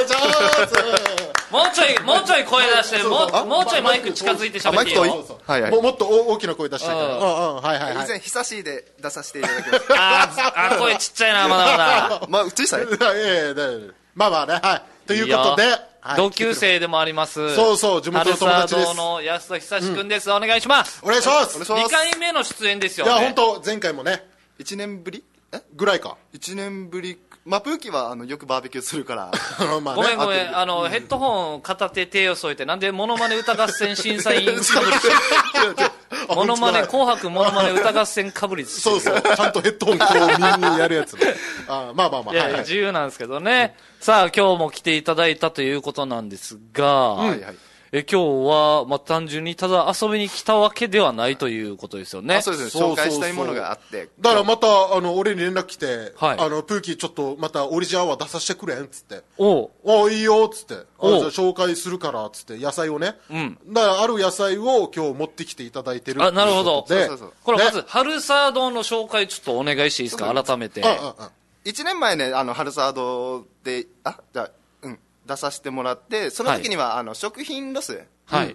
A: もうちょい、もうちょい声出して、もう、もうちょいマイク近づいて喋っていい
D: あマイ
A: よ
D: ク。遠はいはい
B: ももっと大大きな声出したいから
A: う
B: うんんうんはいはいは
D: 以
B: い
D: 前久しで出させていただきまし
B: [laughs]
A: あーあ、声ちっちゃいな、まだまだ。
D: たまあうちさい
B: ええだいまあまあねはい [laughs] ということで
A: いいよ
B: はい
A: 同級生でもあります。
B: そうそう地元の友達です
A: ハルサー堂の安田久志くんです。お願いします。
B: お願いします
D: お願い
A: 2
B: い
D: しま
A: 回目の出演ですよ、ね。
B: や本当前回もね
D: 1年ぶりえ
B: ぐらいか
D: 1年ぶりまあプーキーはあのよくバーベキューするから
B: [laughs] まあ
A: ごめん
B: ね
A: ごめん、あの、ヘッドホン片手手を添えて、なんでモノマネ歌合戦審査
B: [laughs]
A: 員かぶりしてモノマネ、紅白モノマネ歌合戦かぶりです。
B: そうそうちゃんとヘッドホンこう耳にやるやつあまあまあまあ
A: いや
B: はいい
A: や、
B: はい
A: 自由なんですけどね。さあ、今日も来ていただいたということなんですが、
D: はいはい
A: え今日は、まあ、単純にただ遊びに来たわけではないということですよね。
D: あ [laughs] そうですね
B: そうそうそう
D: 紹介したいものがあって
B: だからまたあの俺に連絡来て、
A: はい
B: あのプーキーちょっとまたオリジンアワー出させてくれんっつって
A: おう
B: おいいよっつってあ
A: おう
B: じゃあ紹介するからっつって野菜をね、
A: ん
B: だからある野菜を今日持ってきていただいてる
A: あなるほど
B: というこ
D: そう
B: と
D: そう
A: これ、
B: ね
A: まず、春沢堂の紹介ちょっとお願いしていいですか、改めて。
B: であああ
D: 1年前ねあのハルサー堂であじゃあうん出させてもらってその時には、あの食品ロス
A: はい。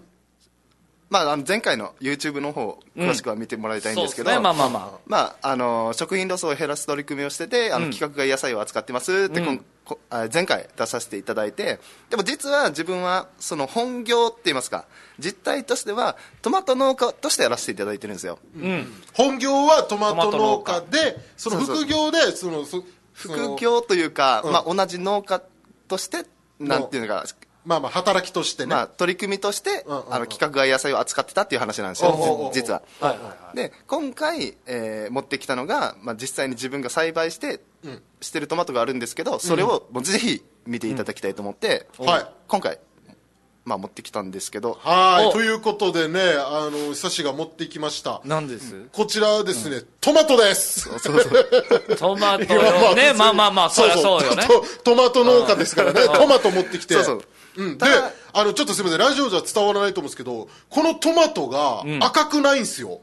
D: まあ、あの前回の YouTube の方詳しくは見てもらいたいんですけど、
A: そうですねまあまあまあ
D: まああの食品ロスを減らす取り組みをしててあの規格外野菜を扱ってますって、こんこあ前回出させていただいてでも実は自分はその本業って言いますか実態としてはトマト農家としてやらせていただいてるんですよ
B: 本業はトマト農家
A: トマ
B: でその
D: そうそう
B: 副業でそのそ
D: 副
B: その
D: 業というか、まあ、同じ農家としてなんていうのか、
B: まあまあ働きとしてね、
D: まあ、取り組みとして、
B: うんうんうん
D: あの規格外野菜を扱ってたっていう話なんです
B: おうおうおうお
D: よ
B: う
D: 実は
A: はいはいは
D: で今回、えー持ってきたのが、まあ、実際に自分が栽培して、してるトマトがあるんですけどそれをもうぜひ見ていただきたいと思って、
B: うんはい
D: 今回、まあ、持ってきたんですけど
B: は
A: お
B: いということでねあの久しが持ってきました
A: なんです
B: こちらはですね、トマトです
A: トマトよね。まあまあまあ、そりゃそうよね。
B: トトマト農家ですからね、トマト持ってきて。
D: そうそう
B: うん、で
D: ただ、
B: あの、ちょっとすみません、ラジオじゃ伝わらないと思うんですけど、このトマトが赤くないんですよ。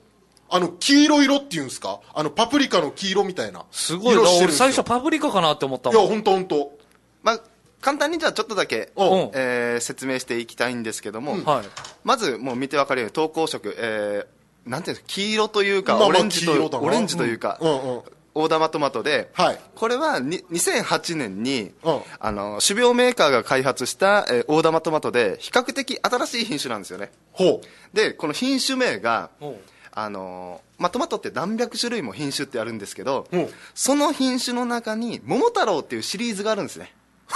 B: あの、黄色色っていうんですかあの、パプリカの黄色みたいな。
A: すごいな
B: 色してるん
A: 俺
B: ですよ
A: 最初パプリカかなって思った
B: いや、
A: もん。
B: ほんとほんと。
D: まあ、簡単にじゃあちょっとだけ、
A: おう
D: えー説明していきたいんですけども、
A: はい
D: まずもう見てわかるように投稿色、えーなんていうんですか黄色というか、
B: まあまあ
D: オレンジと
B: 黄色だな
D: オレンジというか、
B: うんうんうん
D: 大玉トマトで、
B: はい
D: これはに2008年に、
B: うん
D: あの種苗メーカーが開発した、えー大玉トマトで比較的新しい品種なんですよね
B: ほ
D: でこの品種名が
A: おう
D: あのーまあ、トマトって何百種類も品種ってあるんですけど
B: うん
D: その品種の中に桃太郎っていうシリーズがある
B: [laughs]
D: んですね
B: う。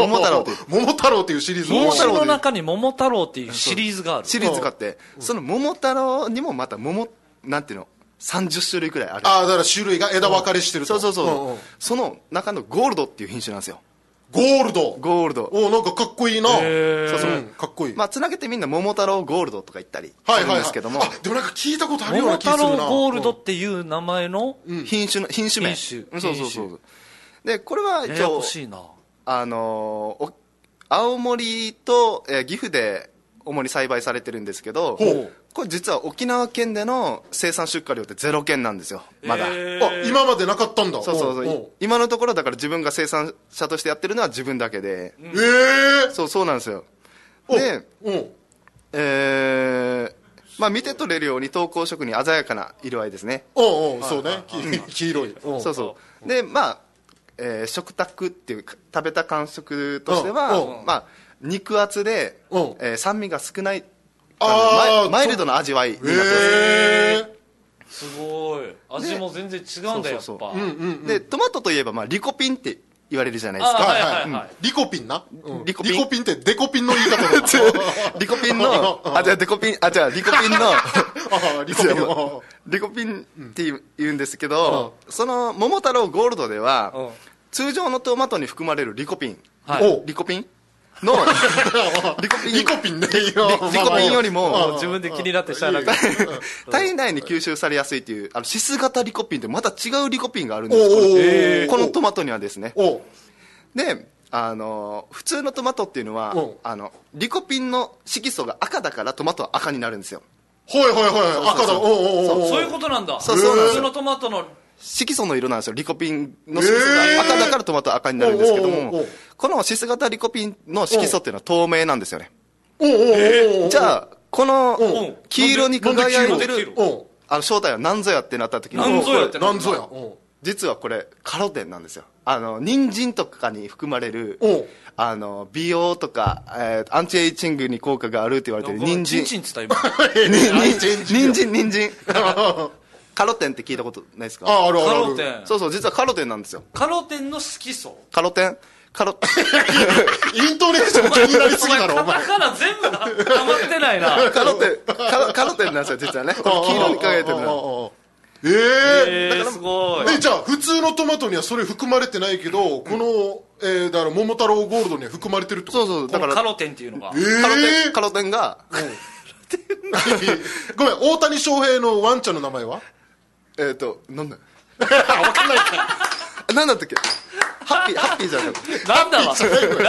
D: 桃太郎という
B: 桃太郎っていうシリーズ
A: 品
D: 太
A: 種
D: 郎
A: の中に桃太郎っていうシリーズがある。
D: シリーズ買って、その桃太郎にもまた桃なんていうの30種類くらいある
B: ああ、だから種類が枝分かれしてると。
D: そうそうそう、
B: んん
D: その中のゴールドっていう品種なんですよ
B: ゴールド。
D: ゴールド
B: おおなんかかっこいいな。
A: へー
B: そうそううんかっこいい。
D: まあつなげてみんな桃太郎ゴールドとか言ったり
B: は
D: す
B: い
D: る
B: はい、
D: んで
B: はい
D: すけども、
B: あ、でもなんか聞いたことあるよう
A: 桃
B: な気す
A: 太
B: るな。
A: 郎ゴールド
B: うん
A: っていう名前の、
D: 品種の品種名
A: 品種
D: うんそうそうそ
A: 品
D: うでこれは
A: や
D: 一
A: や
D: 応
A: こしいな。
D: あのーお青森と、えー岐阜で主に栽培されてるんですけど
B: ほう
D: これ実は沖縄県での生産出荷量ってゼロ県なんですよまだ、
A: え
B: あ、今までなかったんだ。
D: そうそうそう
B: おお
D: い今のところだから自分が生産者としてやってるのは自分だけで、
B: ええ
D: そうそうなんですよ
B: お
D: で
B: うん。
D: えーまあ見て取れるように投稿色に鮮やかな色合いですね
B: おうおう、そうね。き黄色い。うん
D: そうそうでまあ、えー食卓っていうか食べた感触として
B: うんう
D: は
B: ん
D: まあ肉厚で、え
B: うん
D: ー酸味が少ない
B: あー
D: マイマイルドな味わいになってます
B: へえ。
A: すごい。味も全然違うんだ、やっぱ。
D: そうそうそう
A: あ
D: でトマトといえば、まあ、リコピンって言われるじゃないです
A: あ
D: か
A: はい
B: は
A: はいい
B: はい
A: は
B: はい
A: い。。
B: リコピンな。うんリ
D: リ
B: コ
D: コピン
B: ピンってデコピンの言い方だ
D: [laughs]
B: な
D: [laughs] リコピンのあじゃあデコピンあじゃあリコピンの
B: あ [laughs] リコピン
D: いやも
B: の。
D: う [laughs] リコピンって言う言うんですけど、その桃太郎ゴールドでは、
A: うん
D: 通常のトマトに含まれるリコピン、
A: はい
B: お
D: リコピン
B: [laughs]
D: のリコピン
B: リコピンね今
D: リコピンより
A: もう
D: も
A: 自分で気になってしゃあなくて
D: 体内に吸収されやすいというあのシス型リコピンってまた違うリコピンがあるんで
B: おうおうおう
D: す
B: えー
D: このこのトマトにはですね
B: お
D: であの普通のトマトっていうのは
B: うん
D: あのリコピンの色素が赤だからトマトは赤になるんですよ
B: ほいほいほい赤だおうおうおうおう
A: そういうことなんだ
D: そうそうなんで
A: 普
D: す
A: 通のトマトの
D: 色素の色なんですよリコピンの色素が赤だからトマトは赤になるんですけど
B: おうおうおうお
D: も
B: う
D: このシス型リコピンの色素っていうのは透明なんですよね
B: おうおうおうおうおう
D: じゃあこ
B: お
D: の
A: う
D: 黄色に輝いて
A: なんで黄色
D: る
B: おう
D: あの正体は何ぞやってなった時に
A: なんぞやって
B: なんぞやおう
D: 実はこれカロテンなんですよあの人参とかに含まれる
B: おう
D: あの美容とか、えーアンチエイチングに効果があるって言われてる人
A: チン
D: 参
A: チンっつった今
D: [laughs] 人参人参人
B: [laughs]
D: 参カロテンって聞いたことないですか
B: ああるあるある
A: カロテン
D: そうそう実はカロテンなんですよ
A: カロテンの色素
D: カロテン
B: [laughs]
D: カロ
B: イントネーション気になりすぎだろお
A: お前
B: 前
A: カタカナ全部な溜まってないな
D: カロテンカロカロテンなんですよ実はねこの黄色に輝いてるのは
B: のええ
A: えー、すごい
B: えじゃあ普通のトマトにはそれ含まれてないけどこのえーだから桃太郎ゴールドには含まれてるってこと
D: そうそう
A: こ
D: だか
A: の
D: ら
A: カ
D: カロ
A: ロテンっていうのが
B: えー
D: テンカロテンが、
B: ごめん大谷翔平のワンちゃんの名前は
D: えっ、となんだ
B: [laughs] わかんない
D: [laughs] なんだったっけハッピーハッピーじゃなかった
A: なんだわ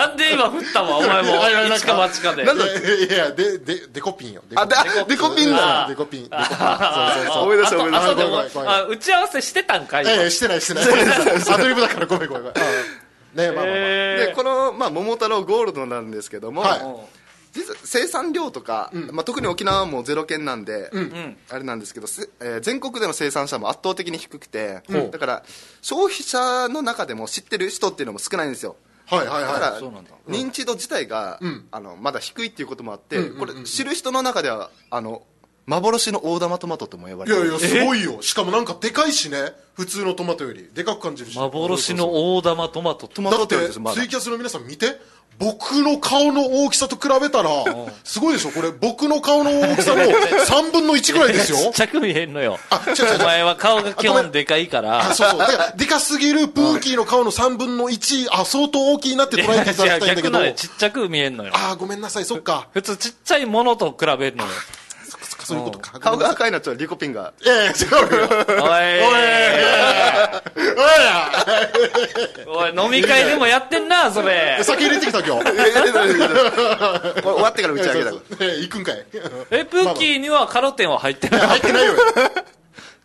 A: なんで今振ったわお前
B: いやいや
A: も
B: なんか
A: 一か八かで
D: なん
B: い
D: だ
B: やいやいやででデコピンよデ
D: あであデコピンだ
B: あーデコピンデコピンそうそうそう
D: [laughs] 思い出した思い出し
A: あ
D: た
A: で
B: ご
A: も
B: めんごめんごめん
A: あ打ち合わせしてたんかい今
B: ええしてないしてないアドリブだからごめんごめんごめんうんねまあまあまあ
D: で
A: え
D: この、まあ、桃太郎ゴールドなんですけども、
B: はい
A: ーうん
D: 実は生産量とか、まあ、特に沖縄はもうゼロ件なんで、あれなんですけど、せえー全国での生産者も圧倒的に低くて、だから消費者の中でも知ってる人っていうのも少ないんですよ
B: はいはい
D: だか
B: は
D: ら
B: い
A: そうなんだ
D: 認知度自体が、あのまだ低いっていうこともあって、これ知る人の中ではあの幻の大玉トマトとも呼ばれ
B: いや
D: て
B: いやすごいよしかもなんかでかいしね普通のトマトよりでかく感じるし
A: 幻の大玉トマト
D: ト
A: と
D: マ
B: だ
D: ト
B: っ
D: っ
B: て
D: て言うんですまだ
B: ツイキャスの皆さん見て僕の顔の大きさと比べたらすごいでしょこれ僕の顔の大きさの3分の1ぐらいです
A: ち
B: よ
A: っちゃく見えんのよ
B: あ違う違う違う
A: お前は顔が基本でかいから
B: あそうそうだからでかすぎるプーキーの顔の3分の1あ相当大きいなって捉えていただきたいんだけ
A: 逆
B: ど
A: なのちっちゃく見えんのよ
B: ああごめんなさいそっか
A: 普通ちっちゃいものと比べるのよ
B: そっかそっかそういうことか
D: 顔が赤いなっちゃうリコピンが
B: いやいや違うよ
A: おいおい飲み会でもやってんなそれ
B: 酒入れてきた今日
D: ええええ終わってから打ち上げだ
B: そうそうえ行くんかい
A: えプーキーにはカロテンは入ってない
B: 入ってないよ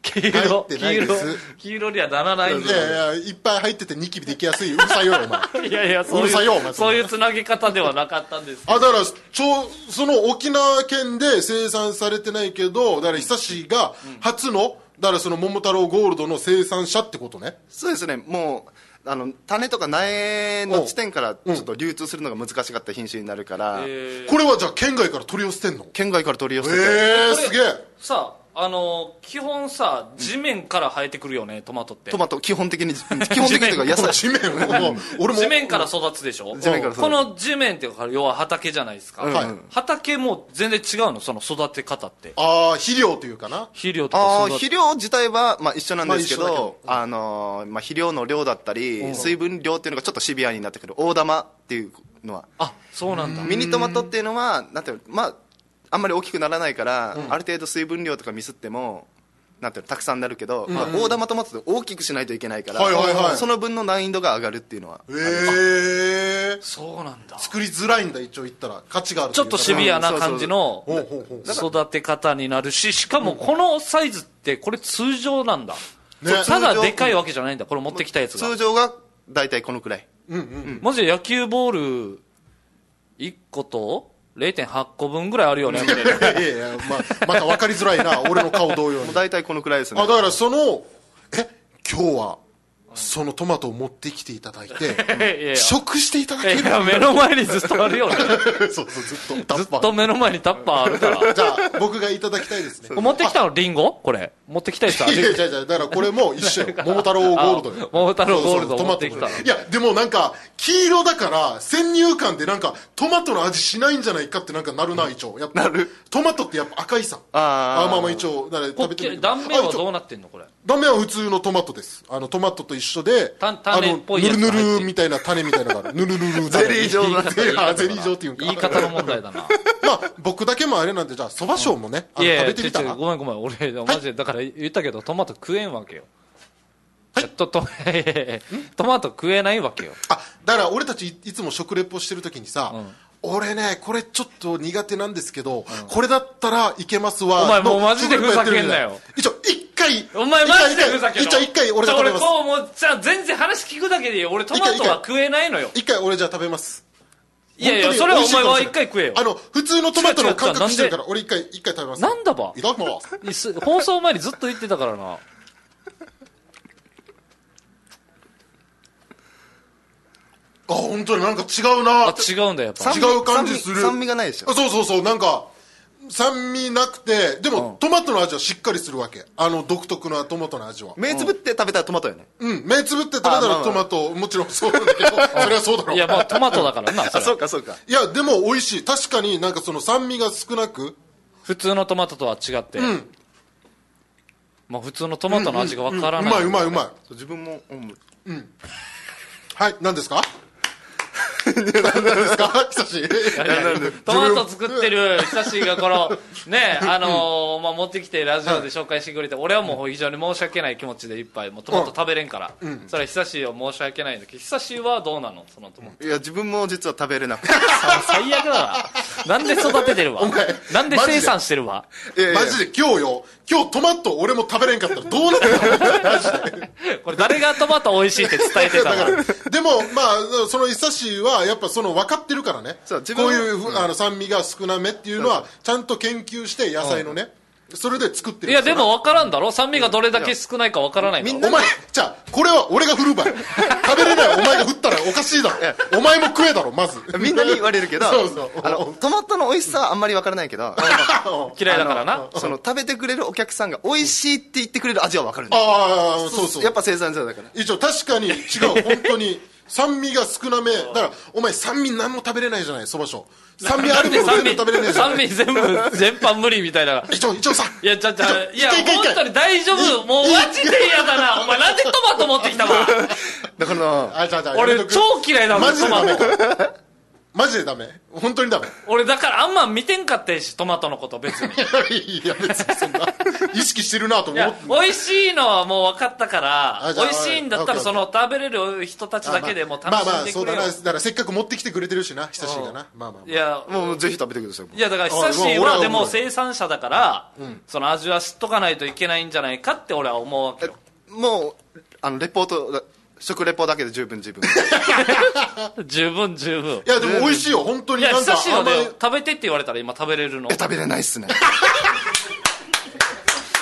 A: 黄色
B: 入って
A: 黄
B: ないで
A: 色
B: す
A: 黄色にはならないん
B: い
A: だよ
B: やいやいっぱい入っててニキビできやすいうるさ
A: [laughs]
B: いよお前
A: いやいやそう
B: うるさいよお
A: いう
B: 前
A: そういうつなぎ方ではなかったんです
B: あだからちょその沖縄県で生産されてないけどだから久しが初のだからその桃太郎ゴールドの生産者ってことね
D: そうですね、もうあの種とか苗の地点からちょっと流通するのが難しかった品種になるから、
B: これはじゃあ県外から取り寄せてんの
D: 県外から取り寄せ
B: え
D: て、
B: ー、すげえ
A: さああの基本さ地面から生えてくるよねトマトって
D: トマト、基本的に、基本的にという
B: [laughs]
D: か、野菜、
B: 地面を俺も
A: 地面から育つでしょ
D: 地面から育つ
A: この地面っていうか要は畑じゃないですか、
D: はい
A: 畑も全然違うのその育て方って
B: ああ肥料というかな
A: 肥料と
D: あ
A: か
D: ー
A: 育て
D: 肥料自体は、まあ、一緒なんですけ
B: まあ一緒だ
D: ど、あのーまあ、肥料の量だったり、水分量っていうのがちょっとシビアになってくる、大玉っていうのは、
A: あそうなんだ
D: ミニトマトっていうのは、なんていうのまあ、あんまり大きくならないから、ある程度水分量とかミスっても、なんていうのたくさんなるけど、まあ、大玉トマトって大きくしないといけないから、
B: はいはいはい
D: その分の難易度が上がるっていうのは。
B: ええ
A: そうなんだ
B: 作りづらいんだ一応言ったら価値がある
A: ちょっとシビアな感じの
B: ほうほうほう
A: 育て方になるししかもこのサイズってこれ通常なんだ、
B: ね
A: た
D: 通常
A: だでかいわけじゃないんだこれ持ってきたやつが
D: 通常が大体このくらい
A: マジで野球ボール1個と0.8個分ぐらいあるよね
B: いやいやいやまあまた分かりづらいな俺の顔同様に
D: もう大体このくらいですね
B: あだからそのえ今日はそのトマトを持ってきていただい
A: いやいや
B: て試食していただけ
A: [laughs] い
B: る
A: や目の前にずっとあるよね
B: [laughs] そうそうずっと
A: ず
B: ず
A: っと目の前にタッパーあるから
B: じゃあ僕がいただきたいです
A: [laughs]
B: ね
A: 持ってきたのリンゴこれ持ってきたやつあ
B: [laughs] いや
A: る
B: い
A: [laughs]
B: やいやだからこれも一緒よ桃太郎ゴールドよ
A: あ桃太郎ゴールド
B: そうそう
A: 持ってきた
B: トマトのいやでもなんか昨黄色だから先入観でなんかトマトの味しないんじゃないかってなんかなるな一応やっぱ
D: なる
B: トマトってやっぱ赤いさ
D: あー
B: まあまあ一応だから
A: こっ
B: 食べて
A: き
B: みる
A: り断面
B: あ
A: は
B: 一応
A: どうなってんのこれ
B: 断面は普通のトマトですあのトマトと一緒で
A: た種っぽいや
B: あ
A: つ
B: の
A: が
B: ぬ
A: 入ってる
B: るぬるみたいな種みたいなのがあるぬるぬる種
D: ゼリー状な
B: ゼリーあ [laughs] ゼ
A: 言い方だな
B: リー状っていうか
A: 言い方の問題だな
B: まあ僕だけもあれなんでじゃあそば賞もね、あ
A: い
B: の
A: やい
B: 食
A: や
B: べてみた
A: ちょち
B: ら
A: ょごめんごめん俺マジでだから言ったけどトマト食えんわけよ
B: はい
A: えっと [laughs] とトマト食えないわけよ
B: あだから俺たちいいつも食レポしてる時にさ、
A: うん
B: 俺ねこれちょっと苦手なんですけど、これだったらいけますわ
A: お前もう
B: の
A: マジで
B: 食レポやってるじゃい一応一回
A: お前マジでふざけ
B: 一回一回一回俺じゃあ食べ
A: 俺
B: ます
A: こうもうじゃあ全然話聞くだけでいいよ俺トマトは食えないのよ
B: 一回俺じゃあ食べます
A: いやいや
B: 本
A: そ
B: 当
A: れ
B: に
A: はお
B: 美味しい
A: 前
B: かも
A: は
B: しれ
A: 一回食えよ
B: ないあの普通のトマ
A: 違う
B: ト
A: 違
B: の
A: う
B: 感
A: なん
B: 覚
A: で
B: してるから俺一回一回食べます
A: なんだば
B: いただきます
A: いす放送前にずっと言ってたからな
B: あ本当になんか違うな
A: あ違うんだやっぱ
D: 酸味
B: 違う感じする
D: 酸味酸味がないでしょ
B: あそうそうそうなんか酸味なくてでも、
A: うん
B: トマトの味はしっかりするわけあの独特なトマトの味は
D: 目つぶって食べたらトマトよね
B: うん目つぶって食べた
D: あまあま
B: ら
D: あ
B: トマト、もちろんそうな
A: [laughs]
B: んだけどそれはそうだろう
A: いやまあトマトだからなそ
D: あ
A: れ
D: そう
A: は
D: かそうか
B: いやでも美味しい確かになんかその酸味が少なく
A: 普通のトマトとは違って
B: ん
A: まあ普通のトマトの味がわから
B: う
A: ない
B: まいうまいうまい
D: そう自分も、うん
B: はい何ですか何ですか [laughs] 久し
A: いやいや [laughs] トマト作ってる久しがこ
B: [laughs]
A: のねあのーまあ持ってきてラジオで紹介してくれて俺はもう非常に申し訳ない気持ちでいっぱいもうトマト食べれんからそれは久しを申し訳ないんだけど久しはどうなのそのトマ
B: [laughs]
A: ト
D: いや自分も実は食べれなくて
A: 最悪だななんで育ててるわなんで生産してるわ
D: いやいや
B: マジで今日よ今日トマト俺も食べれんかったらどうなるの
A: [laughs] これ誰がトマト美味しいって伝えて
B: [laughs] だ
A: た
B: か
A: の
B: らでもまあそのイサシはやっぱその分かってるからね
D: そう自分
B: こ
D: は
B: ういうふあの酸味が少なめっていうのはちゃんと研究して野菜のねそれで作ってる
A: いやでも分からんだろ酸味がどれだけ少ないか分からない
B: お
A: の
B: 前じゃあこれは俺が振るばい食べれないお前が振ったらおかしいだろお前も食えだろまず
D: [laughs] みんなに言われるけど
B: [laughs] そうそう
D: あのトマトの美味しさはあんまりわからない
B: [laughs]
D: けど
A: 嫌いだからな
D: その食べてくれるお客さんが美味しいって言ってくれる味はわかるんだ
B: ああそうそう
D: やっぱ生産者だから
B: 一応確かに違う本当に酸味が少なめだからお前酸味何も食べれないじゃないそばしょ酸味あ
A: な
B: る
A: ん
B: も
A: で
B: の
A: 酸
B: 全部
A: 味
B: 食べれないじゃ
A: 酸
B: ない
A: 味全部全般無理みたいな
B: 一応一応さ
A: いや、ちょ、ち [laughs] ょ、いや、
B: 一回一回
A: 本当に大丈夫。もうマジで嫌だな。お前なんでトマト持ってきたわ。
D: だから
B: あじゃあじゃあやめ
A: [laughs] 俺
B: とく
A: 超嫌いだも
B: マ
A: ん、
B: ジで
A: トマ
B: ダメ
A: ト。
B: マジでダメ本当に
A: [laughs]
B: ダメ
A: 俺だからあんま見てんかったし、トマトのこと別に。い
B: いや別にそんな意識してるなと思っ
A: や
B: て、
A: 美味しいのはもう分かったから、
B: あじゃあ
A: 美味しいんだったら
B: オッケ
A: そ
B: ー
A: の食べれる人たちだけでもう楽
B: まあま
A: しん
B: あ
A: で
B: そ
A: く
B: う
A: れ
B: だ
A: よ
B: な。だからせっかく持ってきてくれてるしな親しいがなまあまあまあ
A: いや、
D: もうぜひ食べてください
A: いやだから
B: あ
A: 久し
B: まあ俺は
A: は
B: 思う
A: でも生産者だから、その味は知っとかないといけないんじゃないかって俺は思うわけよ。
D: もうあのレポートだ食レポだけで十分十分
A: [laughs] 十分十分。
B: いやでも美味しいよ本当
A: い
B: に
A: や、
B: なんか
A: 久し
B: あ
A: の
B: んま
A: で
B: り
A: 食べてって言われたら今食べれるの。
D: [laughs] 食べれないっすね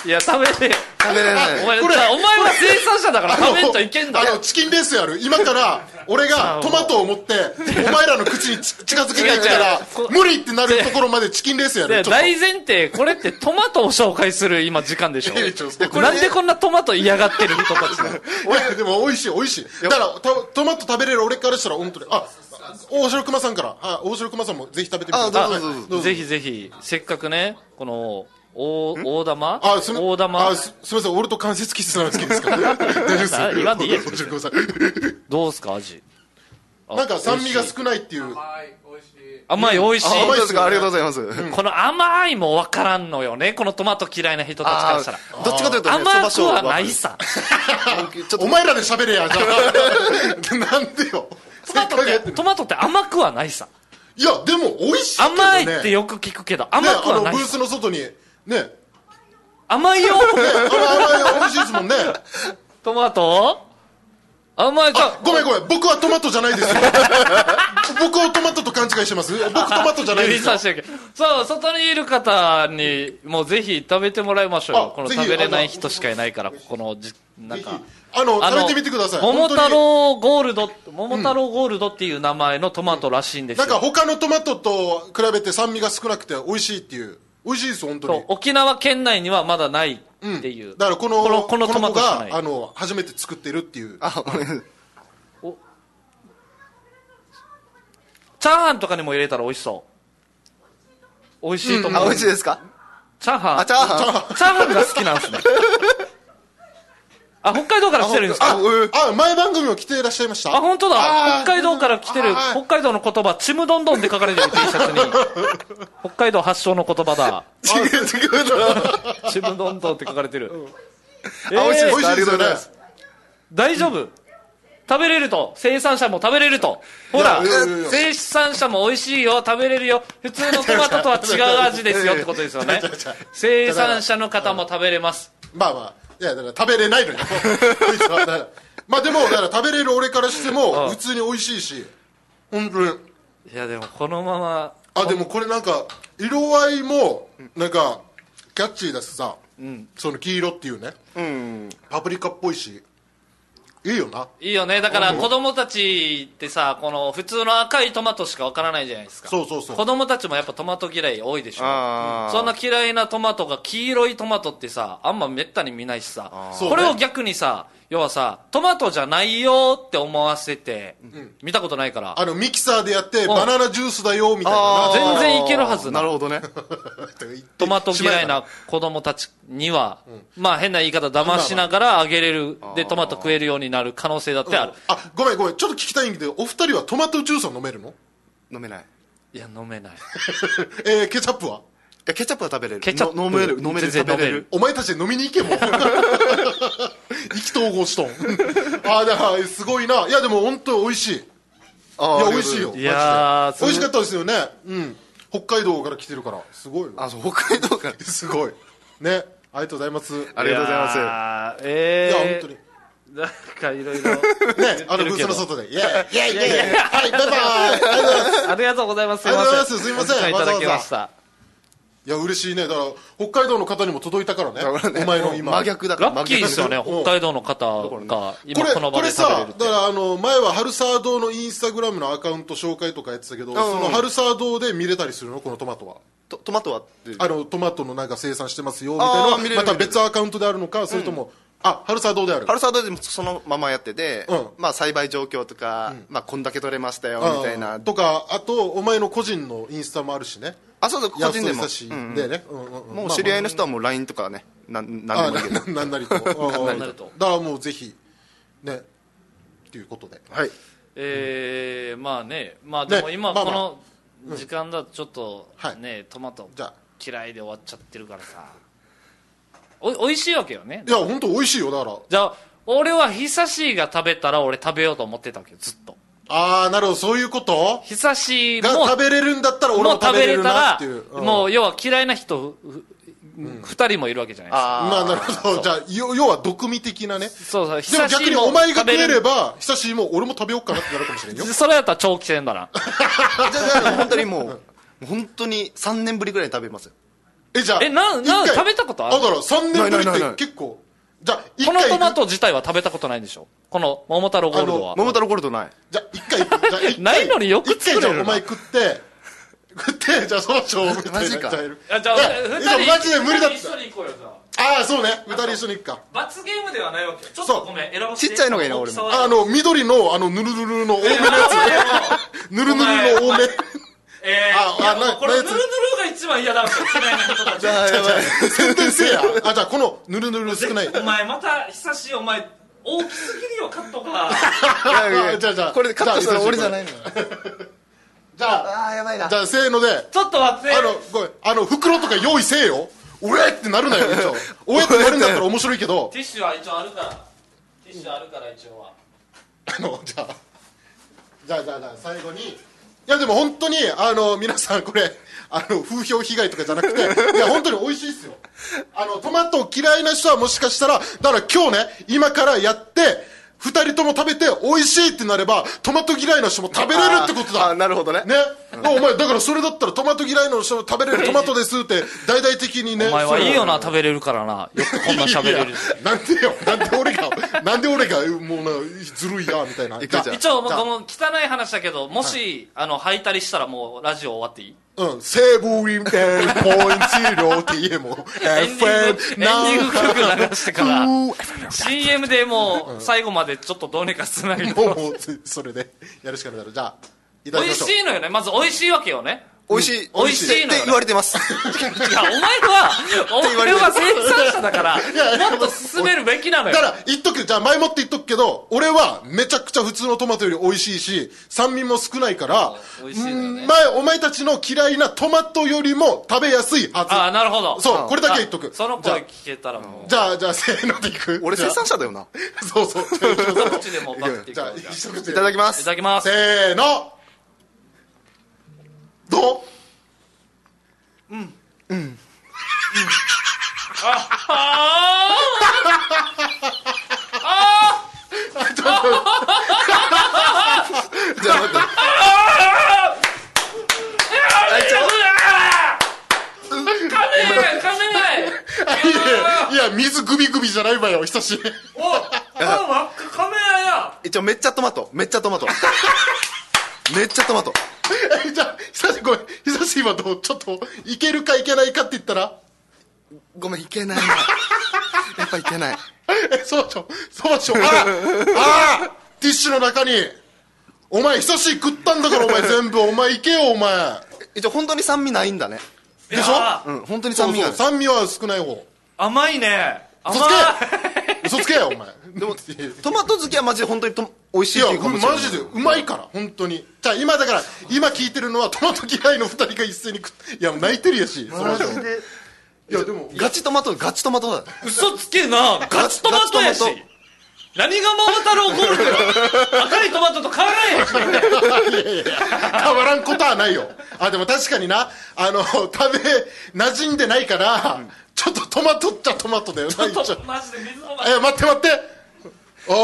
A: いや、食べてよ。
D: 食べれない
A: お前
B: これ
A: じゃあお前は生産者だから食べんといけんだ
B: あの
A: ろ
B: あのチキンレースやる今から俺がトマトを持ってお前らの口
A: [laughs]
B: にち近づけないか
A: 違う違
B: ら
A: うこ
B: 無理ってなるところまでチキンレースや
A: で
B: るちょっと
A: 大前提これってトマトを紹介する今時間でしょ
B: いやちょっと
A: なんでこんなトマト嫌がってる人たちなの
B: 俺でも美味しい美味しいだからトトマト食べれる俺からしたら本当にあ大城熊さんからあ大城熊さんもぜひ食べてみて
D: あ
B: くだ
D: ど
B: さ
D: う
B: い
D: ぞどうぞ
B: どうぞ
A: ぜひぜひせっかくねこの大大玉
B: あすみ
A: 大玉
B: あすすみません俺と関節キスなんですけど
A: [laughs]
B: ですか大丈夫です
A: あ言わんでいいや
B: 大城熊さん
A: どうすか味あ
B: なんか酸味
A: 美
B: が
A: 味しい
B: 少ないっていう
A: 甘い美味しい
D: あ本当ですか
B: 甘
D: あ
B: い
D: り
B: っ
D: が
B: す
D: と
B: よ
D: うございます、
A: この甘いもわからんのよねこのトマト嫌いな人たちからしたら
D: ーどっちかというと、ね、
A: 甘く
D: そば醤
A: は
D: 油
A: ないさ
D: ちょっ
B: お
D: と
B: 前らで喋れやじゃあ
A: [laughs]
B: なんでよ
A: トマト
B: せっかくや
A: っ
B: って
A: て
B: る
A: トマトって甘くはないさ
B: いやでも美味しいけどね
A: 甘いってよく聞くけど
B: ね、
A: 甘く
B: あ
A: は
B: の
A: ない
B: ブー
A: さ
B: スの外にねね
A: 甘いよ
B: あの甘い美味しいですもんね
A: トマト甘いか
B: ごめんごめん僕はトマトじゃ
A: [laughs]
B: ないですよ僕をトマトと勘違いしてます僕トマトじゃないで
A: 指
B: すよ
A: 差してるけどそう外にいる方にもうぜひ食べてもらいましょうよ
B: あ
A: この
B: ぜひ
A: 食べれない人しかいないからここのじなんか
B: あの
A: あの
B: 食べてみてください
A: 桃
B: 本当
A: 太
B: に
A: 郎ゴールド桃太郎ゴールドっていう名前のトマトらしいんです
B: なんか
A: よ
B: 他のトマトと比べて酸味が少なくて美味しいっていう美味しいです本当
A: そう
B: に
A: 沖縄県内にはまだないっていう
B: だからこの
A: このこの
B: こ
A: ト
B: の
A: マ
B: 子
A: トしか
B: が
A: ない
B: あの初めて作ってるっていう
D: あごめん
A: おチャーハンとかにも入れたら美味しそう美味しいと思う、
D: あ、美味しいですか
A: チャーハン
D: あ、チャーハ
A: チャーハンが好きなん
B: [laughs]
A: ですねあ北海道から来てるんですか
B: あ、あ前番組も来ていらっしゃいました
A: あ本当だ
B: あー
A: 北海道から来てる
B: あはい
A: 北海道の言葉「ちむどんどん」って書かれてる T シャツに北海道発祥の言葉だ
D: ン違う違う
A: 「
D: な。
A: ちむどんどん」って書かれてる、え
D: あ美味しい
A: ー
B: 美
D: です
B: 味しいですよね
A: 大丈夫、食べれると生産者も食べれるとほら
B: いやいやいや
A: 生産者も美味しいよ食べれるよ普通のトマトとは違う味ですよってことですよね生産者の方も食べれます
B: まあまあいやだから食べれない [laughs] のよこいつはだからまあでもだから食べれる俺からして
A: うん
B: も普通に美味しいし本当に
A: いやでもこのまま
B: あでもこれなんか色合いもなんかキャッチーだしさ、その黄色っていうね、パプリカっぽいしいいよない
A: いよねだから子供たちってさこの普通の赤いトマトしかわからないじゃないですか
B: そうそうそう
A: 子供たちもやっぱトマト嫌い多いでしょ
D: あー
A: そんな嫌いなトマトが黄色いトマトってさあんまめったに見ないしさ
B: ーそうね
A: これを逆にさ要はさトマトじゃないよって思わせて、見たことないから
B: あのミキサーでやってバナナジュースだよみたいな
A: ー全然いけるはずな
D: なるほどね。
B: [laughs]
A: トマト嫌いな子供たちには、まあ変な言い方騙しながらあげれるでトマト食えるようになる可能性だってある、
B: あごめんごめんちょっと聞きたいんだけどお二人はトマトジュースは飲めるの [laughs]
D: 飲めない。い
A: いや飲めない
B: えー、ケチャップは
D: や、ケチャップは食べれる。
A: ケチャップ
D: の飲める、飲める、
A: 全然
D: 食
A: 飲め
D: べ
A: る
D: れる。
B: お前たちで飲みに行 [laughs] けもう意気投合しとん [laughs] あーだからすごいないやでも本当美味しい
D: あ
B: い
D: ー
B: や美味しいよ。
D: ありがとうござます
A: いやー
B: マジで美味しかったですよねうん北海道から来てるからすごいよ
D: あ、そう、北海道から。
B: [laughs] すごいねありがとうございます
D: ありがとうございます
A: ます
B: いや
A: え
B: 本当に
A: ーなんかいろいろ
D: [laughs]
B: ねあのブ
A: 言ってるけど
B: ースの外でイエイイエイイエイイエイはいバイバイありがとうございます
A: ありがとうございます。
B: ありがとうございますすいませ
A: お時
B: ん
A: 間いただきました。
B: いや嬉しいねだから北海道の方にも届いたからねお前の今
D: 真逆だから。
A: ラッキーですよね、
B: 真逆
A: 北海道の方が今
B: これ
A: この場
B: こ
A: で
B: れ
A: 食べれ
B: さ
A: るっ
B: だ
A: て
B: か。らあの前は春沢堂のインスタグラムのアカウント紹介とかやってたけど、その春沢堂で見れたりするのこのトマトは
D: トトマトはって。
B: あのトマトのなんか生産してますよみたいなの
D: あ
B: は
D: ー見れる
B: また
D: 見れる
B: 別アカウントであるのかそれとも、あ春沢堂である
D: ハルサードでもそのままやってて、
B: うん
D: まあ栽培状況とか、まあこんだけ取れましたよ
B: あー
D: みたいな、
B: とかあとお前の個人のインスタもあるしね
D: あそうそう個人でも
B: 安井久志でね、うんうんうん
D: もう知り合い
B: ま
D: の人はもう LINE とかね [laughs] なん
B: あまあ
D: なんでもいいけど
B: あなななん [laughs] なりとうん
A: なんなりと
B: だからもうぜひねっていうことで
D: はい
A: えー、まあね、まあでも
B: ね
A: 今
B: まあ
A: こ
B: まあ
A: の時間だとちょっと
B: はい
A: ね、トマト
B: じゃあ
A: 嫌いで終わっちゃってるからさ。お美味しいわけよね
B: い。や本当美味しいよだから
A: じゃあ、俺は久しいが食べたら俺食べようと思ってたわけよ、ずっと。
B: ああなるほどそういうこと
A: 久しい
B: が
A: も
B: 食べれるんだったら俺
A: もう
B: も
A: 食
B: 食
A: べ
B: べ
A: れ
B: れ
A: た
B: るなっていう、
A: ら、
B: うん
A: もう要は嫌いな人、ふふ二人もいるわけじゃないですか。
B: まあ
D: あ
B: なるほどじゃあよ要は毒味的なね
A: そうそう、
B: でも
A: 久し
B: 逆
A: い
B: に
A: も
B: お前が食え
A: 食べ
B: れ
A: る
B: ば久しいも俺も食べようかなってなるかもしれんよ
A: それやったら長期戦だな。
D: [laughs] あじゃあじゃあ本当にもうもう本当に3年ぶりぐらいに食べますよ
B: えじゃあ
A: えなんなん
B: 一回
A: 食べたことある
B: だから3年ぶり
D: ないな
B: っ
D: いないない
B: て結構じゃあ一
A: この
B: 回
A: トマ
B: 行く
A: ト自体は食べたことないんでしょこの桃太郎ゴールドは。
D: 桃太郎ゴールドない
B: じゃあ一回行くじゃあ一
A: [laughs]
B: 回
A: ないのによく作れるな
B: 一回じゃあお前食って食ってじゃあその人みたいな
D: マジか
B: じゃあやる
A: あじゃあ
B: いや
A: 二
B: い
A: 人
B: やマジで無理だっ
A: 二人
B: た
A: 一緒に行こうよじゃあ
B: ああそうね二人一緒に行くか
A: 罰ゲームではないわけよちょっ
B: そ
A: と
B: う
A: ごめん選ばせて
D: ちっちゃいのがいいな俺も
B: あの緑のあのぬるぬるの多めのや
D: [laughs]
B: つぬるぬるの多め
A: え
B: あ
A: ー、いや
B: あ
A: もう
B: な
A: これ
B: な
A: ぬる
B: んつ
A: ぬるが一番嫌だわけよ嫌いな人たち
D: あやばい
B: 宣伝せえやあじゃあこのぬるぬる少ない
A: お前また久しいお前大きすぎるよカット
B: [laughs]
A: が
D: いやいや
B: じゃあじゃあ
D: これでカットしたら
B: じゃあ
D: 俺じゃないのよ
B: じゃあ
D: あーやばいな
B: じゃあせーので
A: ちょっと待って
B: あのごめんあの袋とか用意せえよ俺ってなるなよ一応俺ってなるんだったら面白いけど
A: ティッシュは一応あるからティッシュあるから一応は
B: あのじゃあじゃあじゃあじゃあ最後にいやでも本当にあの皆さんこれあの風評被害とかじゃなくていや本当に美味しいですよあのトマト嫌いな人はもしかしたらだから今日ね今からやって2人とも食べて美味しいってなればトマト嫌いな人も食べれるってこと
D: あ
B: だ
D: ーなるほどね
B: ね、お前だからそれだったらトマト嫌いの人も食べれるトマトですって大々的にね
A: お前はいいよな
B: そ
A: 食べれるからなよくこんな
B: う
A: 喋れる
B: いやなんでよなんで俺がなんで俺がもうなずるいやみたいな
D: 行くじゃん
A: 一応もうこの汚い話だけどもし、あの履いたりしたらもうラジオ終わっていい
B: うん、セブンインテルポイントって言えも
A: [laughs] エンディング
B: FM
A: エンディング曲
B: な
A: 流してから
B: [laughs] も
A: CM でもう最後までちょっとどうにかつないで
B: うもうそれでやるしかないだろじゃあいただき
A: 美
B: ま
A: 味
B: しょう
A: しいのよねまず美味しいわけよね
D: 美味しい、
A: 美味しい
D: っ
A: のよ
D: て言われて [laughs] ます
A: いやお前はお
D: 言われ
A: 前
D: てる
A: は生産者だからもっと進めるべきなのよ
B: だから言っとくけどじゃあ前もって言っとくけど俺はめちゃくちゃ普通のトマトより美味しいし酸味も少ないから
A: 美味しいのよね
B: うん前お前たちの嫌いなトマトよりも食べやすいはず
A: ああなるほど
B: そうこれだけ言っとく
A: その
B: じゃあ
A: 声聞けたらもう
B: じゃあじゃあせーのでいく
D: 俺
B: じゃ
D: 生
B: あ
D: 産者だよな
B: そう
A: [laughs]
B: そう
A: 一口でもうバッていく
B: じゃあ
A: よじゃあ
B: 一口で
D: いただきま
A: い
D: す
A: ただきます
B: せーのどう [laughs]
A: あ
D: じゃあ待って
A: ー噛めない噛めない
B: いやいや水グビグビじゃないわよ久しぶり
A: おあわっか噛めないよ
D: 一応めっちゃトマトめっちゃトマ [laughs] トめっちゃトマト
B: [laughs] えじゃあ久しごめん久し今どうちょっといけるかいけないかって言ったら
D: ごめんいけ [laughs] ないやっぱいけない
B: えそうでしょそうでしょああティッシュの中にお前久し食ったんだからお前全部お前いけよお前
D: 一応本当に酸味ないんだね
A: で
B: しょ
D: うん本当に
B: そ
D: 酸
B: うそ
D: 味が
B: う
D: ない
B: 酸味は少ない方
A: 甘いね甘い
B: 嘘つけ嘘つけよお前で [laughs] もい
D: トマト好きはマジで本当にと美味しいっ
B: や
D: ていうかもしれない
B: マジでうまいから本当にじゃあ今だから今聞いてるのはトマト嫌いの二人が一斉に食っいや泣いてるやしそれはでも [laughs] いやでも
D: ガチトマトガチトマトだ
A: 嘘つけなガチトマトやし
D: ガチトマ
A: 何がママ太郎ゴール
B: [laughs]
A: ドよ赤いトマトと変わらんやし
B: 変わらんことはないよあでも確かになあの食べ馴染んでないから、ちょっとトマトっちゃトマトだよな
A: ちょっ
B: 一応
A: とマジで水飲ま
B: [laughs] え待って待ってお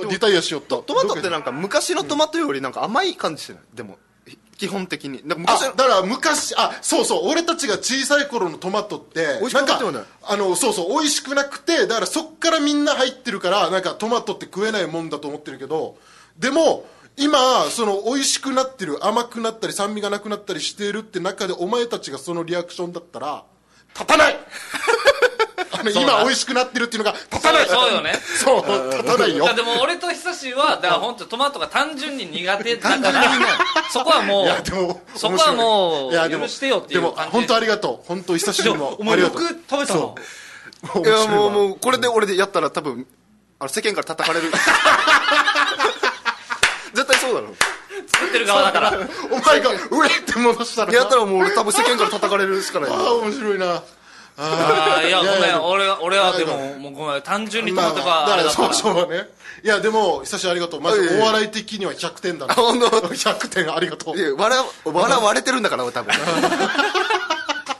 B: おリタイアしよった
D: トマトってなんか昔のトマトよりなんか甘い感じしてないでもひ基本的になんか
B: あ
D: 昔の
B: だから昔あそうそう俺たちが小さい頃のトマトって
D: 美味しく
B: な
D: なんかっ
B: か
D: たよね
B: あのそうそう美味しくなくてだからそっからみんな入ってるからなんかトマトって食えないもんだと思ってるけどでも今その美味しくなってる甘くなったり酸味がなくなったりしてるって中でお前たちがそのリアクションだったら立た
D: [laughs]
B: ないあの今美味しくなってるっていうのが立たない
A: そうよね
B: そう立た
D: [laughs]
B: ないよ
A: いやでも俺と久しはだから本当トマトが単純に苦手だからそこはも
B: いうやでも
A: そこはもう
B: 面白いいやでも
A: 許してよっていう
B: でも
A: 感じ
B: 本当ありがとう本当久しぶりにも
A: お
B: あ
A: 前
B: りが
A: よ
B: と
A: く
B: う
A: 食べたの
B: 面
D: いや
B: 白い
D: も
B: わ
D: うもうこれで俺でやったら多分あの世間から叩かれ [laughs] る絶対そうだろ
A: 作ってる側だから
B: お前が「上って戻したら
D: やったらもう俺多分世間から叩かれるしかない
B: ああ面白いな
A: あーいや
B: い
A: ご
B: やいや
A: め
B: で
A: ん
B: も
A: 俺は俺はで
B: いや
A: ももうごめん単純にト
B: ま
A: マ
B: あ
A: ト
B: まあ
A: があれだ
B: だ
A: っ
B: か
A: た
B: ら
A: ら
B: そうそうねいやでも久しぶりありがとうまず
D: いやいや
B: お笑い的には100点だな
D: 本
B: [laughs]
D: 当
B: 100点ありがとう
D: いや笑笑われてるんだから俺多 [laughs] 分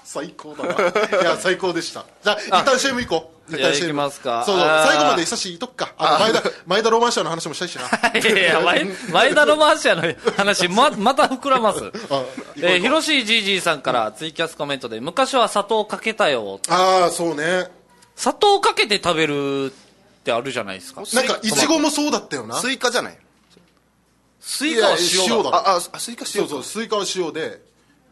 B: 最高だないや最高でしたじゃあ一旦 CM 行こう一
A: じゃあ
B: 旦 CM
A: 行きますか
B: そうそう
A: あー
B: 最後まで久しいとくかあの前田前田ロマンシャーの話もしたいしな
A: いやいや前前田ロマンシアの話ままた膨らます
B: あ
A: えー、広しいじいじいさんからツイキャスコメントで、昔は砂糖かけたよ。
B: あーそうね
A: 砂糖かけて食べるってあるじゃないですか。
B: なんかいちごもそうだったよな
D: スイカじゃない
A: スイカはい
B: や
A: 塩
B: 塩
A: だ。
B: だ
D: あああスイカし
B: そ
D: よ
B: う
D: う
B: そうスイカは塩で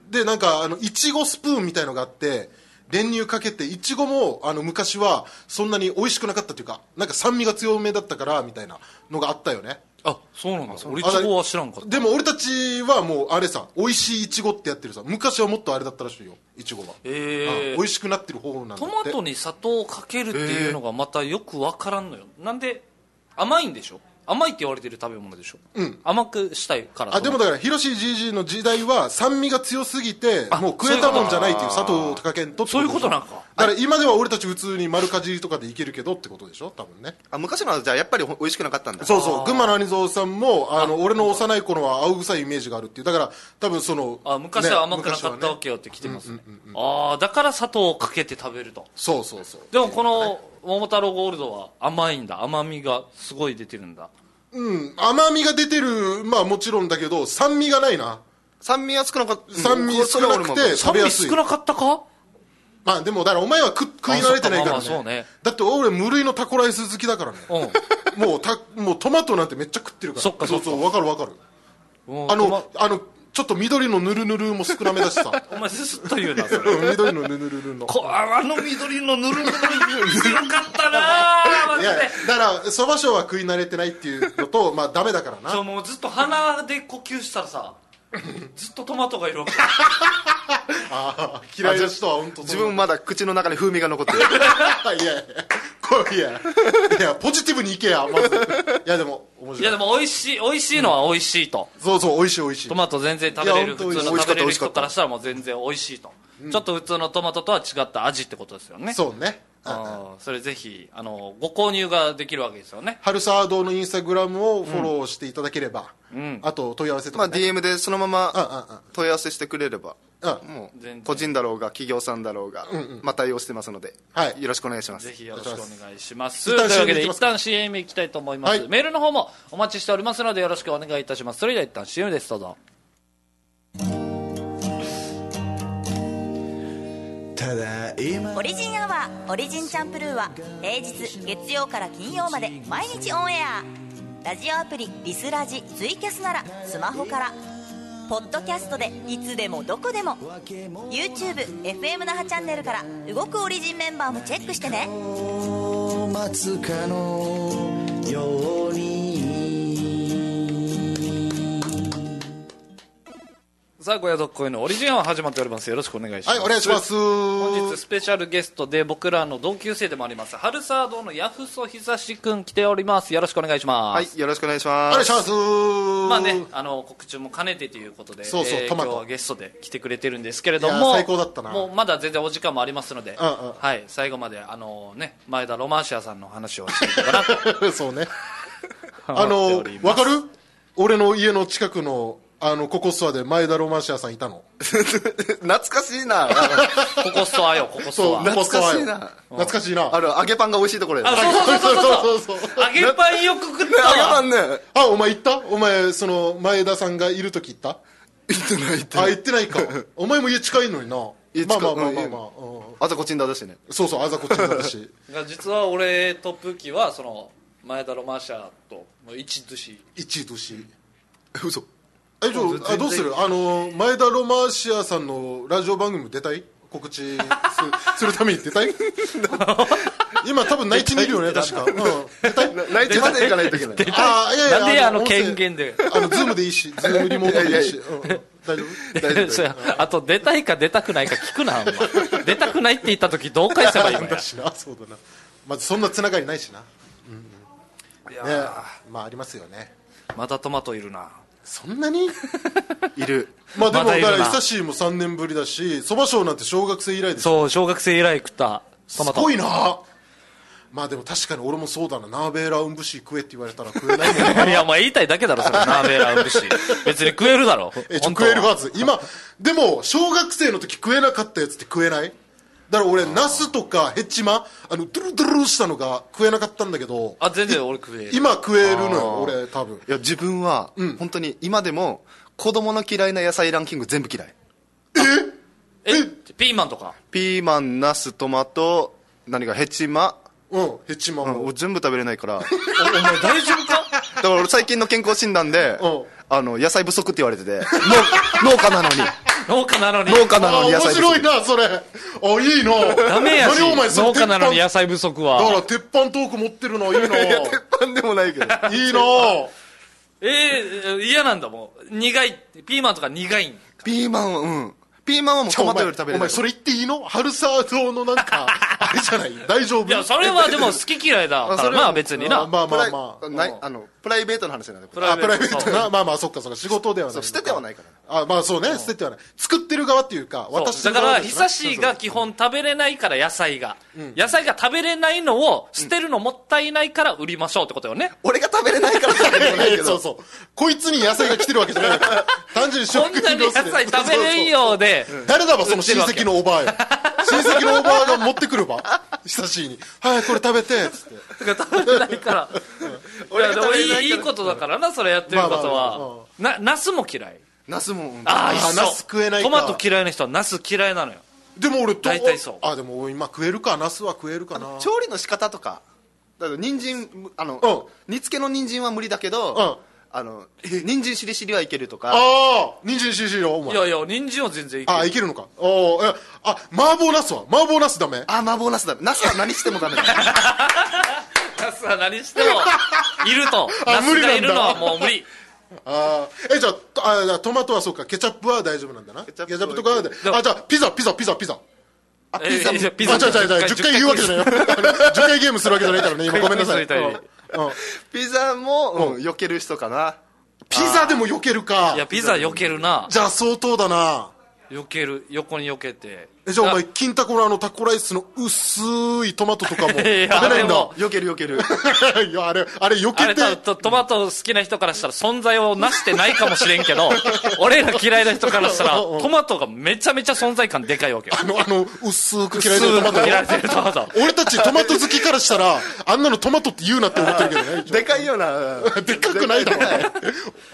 B: でなんかあのいちごスプーンみたいのがあって練乳かけていちごもあの昔はそんなに美味しくなかったというかなんか酸味が強めだったからみたいなのがあったよね
A: あ、そうなんだ。俺いちごは知らんかった。
B: でも俺たちはもうあれさ美味しいいちごってやってるさ昔はもっとあれだったらしいよいちごは、
A: え
B: うん
A: ー
B: 美味しくなってる方法なんだ
A: ト
B: って
A: マトに砂糖をかけるっていうのがまたよくわからんのよ。なんで、甘いんでしょ甘いって言われてる食べ物でしょ甘くしたいから。
B: あでも
A: だ。
B: だから広しじいじの時代は酸味が強すぎて
A: あ
B: もう食えたもんじゃないっていう佐藤貴健とって
A: そういうことなんか
B: だから今では俺たち普通に丸かじりとかでいけるけどってことでしょ多分ね
D: あ昔のはじゃあやっぱりほ美味しくなかったんだ
B: そうそう群馬の兄蔵さんもあの俺の幼い頃は青臭いイメージがあるっていうだから多分その
A: あ、昔は甘くな
B: ね昔
A: か
B: は
A: ったわ
B: ね
A: けよって来てますね。ああ、だから砂糖をかけて食べると。
B: そうそうそう
A: でもこの桃太郎ゴールドは甘いんだ甘みがすごい出てるんだ
B: うん甘みが出てるまあもちろんだけど酸味がないな
D: 酸味は少なかった
B: 酸味少なくて
A: 酸
B: 食べや
A: 味
B: すい
A: 少なかったか
B: まあでもだからお前は食食い慣れてないか
A: あ
B: ら
A: そっかまあまあそう
B: ね
A: ね
B: だって俺無類のタコライス好きだからね
A: うん
B: もうたもうトマトなんてめっちゃ食ってるから
A: そっかそっか
B: そうそうわかるわかる
A: うん
B: あ
A: トマ
B: のあのちょっと緑のぬるぬるも少なめだし
A: [laughs]
B: さ
A: お前すすっと言うなそれ
B: うん緑のぬるぬるの
A: こあの緑のぬるぬる強かったなあマ
B: [laughs] い
A: ジ
B: や
A: で
B: だからそばしょうは食い慣れてないっていうのとまあダメだから
A: そう
B: な
A: もうずっと鼻で呼吸したらさずっとトマトがいるわけ
B: あー嫌いな人は本当
D: 自分まだ口の中に風味が残 [laughs] ってる
B: いやいやこういやいやポジティブにいけやまずいやでも面白
A: [laughs]
B: い
A: いやでも美味しい美味しいのは美味しいと、
B: そうそう美味しい美味しい
A: トマト全然食べれ
B: い
A: る
B: や本
A: 普
B: 当
A: 通
B: 美
A: の
D: 味
A: 食
D: しかった
A: べれる人からしたらもう全然美味しいと、ちょっと普通のトマトとは違った味ってことですよね
B: そうね
A: あーそれぜひあのご購入ができるわけですよね
B: 春沢堂のインスタグラムをフォローしていただければ、あと問い合わせと
D: ま
B: か、
D: あ
B: ね
D: DM でそのま
B: うんうんう
D: ま
B: ん
D: 問い合わせしてくれれば
B: うん
D: もう
A: 全然
D: 個人だろうが企業さんだろうが、まあ、対応してますので、
B: はい
D: よろしくお願いします
A: ぜひよろしくお願いします
B: 一
A: とい
B: 旦
A: うわけで
B: CM 行きま
A: 一
B: すか
A: 旦 CM 行きたいと思います、
B: はい
A: メールの方もお待ちしておりますのでよろしくお願いいたしますそれでは一旦 CM ですどうぞ
E: ただ今
F: オリジンアワーオリジンチャンプルーは平日月曜から金曜まで毎日オンエアラジオアプリリスラジツイキャスならスマホからポッドキャストでいつでもどこでも YouTubeFM 那覇チャンネルから動くオリジンメンバーもチェックしてね
E: を待つかのように
A: さあ、小宿っこいのオリジンは始まっております。よろしくお願いしま
B: は
A: す。
B: いお願いします
A: 本日スペシャルゲストで僕らの同級生でもあります、春沢堂のヤフソひさしくん来ております。よろしくお願いします。
D: はいよろしくお願いし
B: お
D: ます
B: 願いします
A: まあね、あの告知も兼ねてということで、
B: そうそう
A: えー
B: トマト
A: 今日はゲストで来てくれてるんですけれど
B: いや
A: も、
B: ー最高だったな
A: もうまだ全然お時間もありますので、
B: うんうん
A: はい、最後まであのね前田ロマンシアさんの話をしていこうかなと
B: [laughs] そうね
A: 思
B: あ
A: ってお
B: の
A: ります
B: わかる俺の家の近くのあのココストアで前田ロマンシアさんいたの
D: 懐かしい [laughs] な
A: ここストアよここスト
B: そう
A: ア。
B: ココストアよ
D: 懐かしいな
B: 懐かしいな
D: ある揚げパンが美味しいところや揚げ
B: そうそうそうそうそう
A: 揚げパンよく食った
D: パ
A: わ。
D: [laughs] ンね
B: あお前行ったお前その前田さんがいる時行った
D: 行ってない行って
B: あ行って [laughs] ないかお前も家近いのにな
D: 家近
B: ま
D: い
B: あまあまあまあまあうん
D: あとこちんだだしね
B: そうそうあざこっちだ [laughs] し
A: 実は俺とプーキーはその前田ロマンシアともう一寿司。
B: 一位年
D: 嘘
B: えちょあどうするあの前田ロマーシアさんのラジオ番組出たい告 [laughs] 知すするために出 [laughs] たい今多分内地にいるよね確か、うん、出たい
D: 内地まで行かないといけない
B: あーいやいや
A: なんであの
B: 音声
A: 権限で。
B: あのズームでいいしズームリモートでいいし [laughs]
D: い
B: うんうん大丈夫
D: 大丈夫
A: そうやあと出たいか出たくないか聞くな、お前出たくないって言った時どう返せばいいのや
B: だしな [laughs] そうだなまずそんなつながりないしな、うんうん、いやまあありますよね
A: またトマトいるな
B: そん
A: [laughs]
B: なに
D: いる
B: まあでも
A: まだい
B: だ
A: るな
B: から久しいも3年ぶりだしそば賞なんて小学生以来です
A: そう小学生以来食ったトマ
B: す
A: ト
B: ごいなまあでも確かに俺もそうだなナーベーラウンブシ食えって言われたら食
A: [laughs]
B: えないもん
A: いやお前言いたいだけだろそれナーベーラウンブシ別に食えるだろ
B: [laughs] えちょ
A: 本当
B: 食えるはず今でも小学生の時食えなかったやつって食えないだから俺ナスとかヘチマあのドゥルドゥルしたのが食えなかったんだけど
A: あ全然俺食える
B: 今食えるのよ俺多分
D: いや自分は、本当に今でも子供の嫌いな野菜ランキング全部嫌い
A: えピーマンとか
D: ピーマンナストマト何かヘチマ、
B: うんヘチマ
D: うん、
B: も
D: 俺全部食べれないから
A: おお前大丈夫か
D: だから俺最近の健康診断で
B: うん
D: あの野菜不足って言われてて農農家なのに
A: 農家なのに
D: 農家な
B: あ
D: のに
B: 面
D: 野菜不
B: 白い
D: 足
B: なそれあいいな
A: ダメやし
B: 何お前そ
A: 農家なのに野
B: 鉄
A: 菜不足
B: 板だか
A: は
B: ら鉄板トーク持ってるのいいな
D: 鉄板でもないけど
B: いいな
A: えー、嫌なんだもん苦いピーマンとか苦いん
D: ピーマンはうんピーマンはもう
B: ちょ
D: ト
B: お
D: マト
B: 前
D: より食べ
B: お
D: れない
B: 前それ言っていいの春沢堂のなんかあれじゃない大丈夫
A: いやそれはでも好き嫌いだ
D: あ
A: から
D: それは
A: まあ別にな
B: まあ
D: プ
B: ま
D: ラ
B: あ
D: イ
B: まあ
D: ないあのプライベートの話なんでこれ
B: あプライベート
A: そう
B: なまあまあそっかそっか仕事ではな
D: そ
B: いう
D: 捨ててはないから
B: あまあそうね捨ててはない作ってる側っていうか渡し
A: そう
B: てる
A: だか
B: 側
A: ら
B: ですね
A: 久し
B: [laughs]
A: が基本食べれないから野菜が、野菜が食べれないのを捨てるのもったいないから売りましょうってことよね、
D: 俺が食べれない
B: [laughs]
D: から食べれないけど
B: そうそうこいつに野菜が来てるわけじゃないから単純に食
A: こんなに野菜食べれん
B: よ
A: ようで
B: 誰だばその親戚のおばあよ親戚のおばあが持ってくるば久しに「はいこれ食べて」つって
A: 食べれない
B: [laughs]
A: からいやでも
D: 俺が食べれないから
A: いいいいことだからなそれやってること
B: まあまあまあま
A: はなナスも嫌い
D: ナスもうん
A: ああ一緒
B: ナス食えないか
A: トマト嫌いな人はナス嫌いなのよ
B: でも俺と
A: 大体そう
B: あでも今食えるかナスは食えるかな
D: 調理の仕方とかだから人参あの、
B: う
D: 煮付けの人参は無理だけど、
B: うん
D: あの人参しりしりはいけるとか
B: ああ人参しりしりよお
A: い
B: 前
A: やいや人参は全然いいけど
B: あいけるのかおーえあ麻婆ナスは麻婆ナスダメ
D: あ麻婆ナスだナスは何しても
B: [laughs]
D: ダメだ
A: ナスは何してもいると [laughs]
B: あ
A: ナス
B: 無理
A: が
B: なんだ
A: いるのはもう無理
B: あーえじゃあとあじゃあトマトはそうかケチャップは大丈夫なんだなケ
D: ケ
B: チ
D: チ
B: ャ
D: ャップ
B: ップとかはあじゃあピザピザピザピザ
D: あ
A: え
D: ピザ
A: いや
D: も
A: ピザ
B: あじゃあじゃあじゃあ10回言うわけじゃないよ10回ゲームするわけじゃないからね今ごめんなさい
A: 回復するみたいに
B: うんうん
D: ピザも、うん、避ける人かな
B: ピザでも避けるか
A: いやピザ避けるな
B: じゃあ相当だな
A: 避ける横に避けて
B: えじゃあお前
A: い
B: 金太郎のあのタコライスの薄いトマトとかも食べ
A: や
B: ないん
A: で
B: だ
A: も
D: 避ける避ける
B: [laughs] いやあれあれ避
A: あ
B: け
A: れ
B: て
A: 多分トトマト好きな人からしたら存在をなしてないかもしれんけ
B: [laughs]
A: ど俺ら嫌いな人からしたら
B: うん
A: トマトがめちゃめちゃ存在感でかいわけよ
B: あのあの薄く切られてるトマ
A: 薄く
B: トよ
A: 切られてるトマト
B: 俺たちトマト好きからしたらあんなのトマトって言うなって思ってるけど
D: [laughs]
B: ね一応
D: でかいよう
B: [laughs]
D: なうん
B: でっかくないだろうね。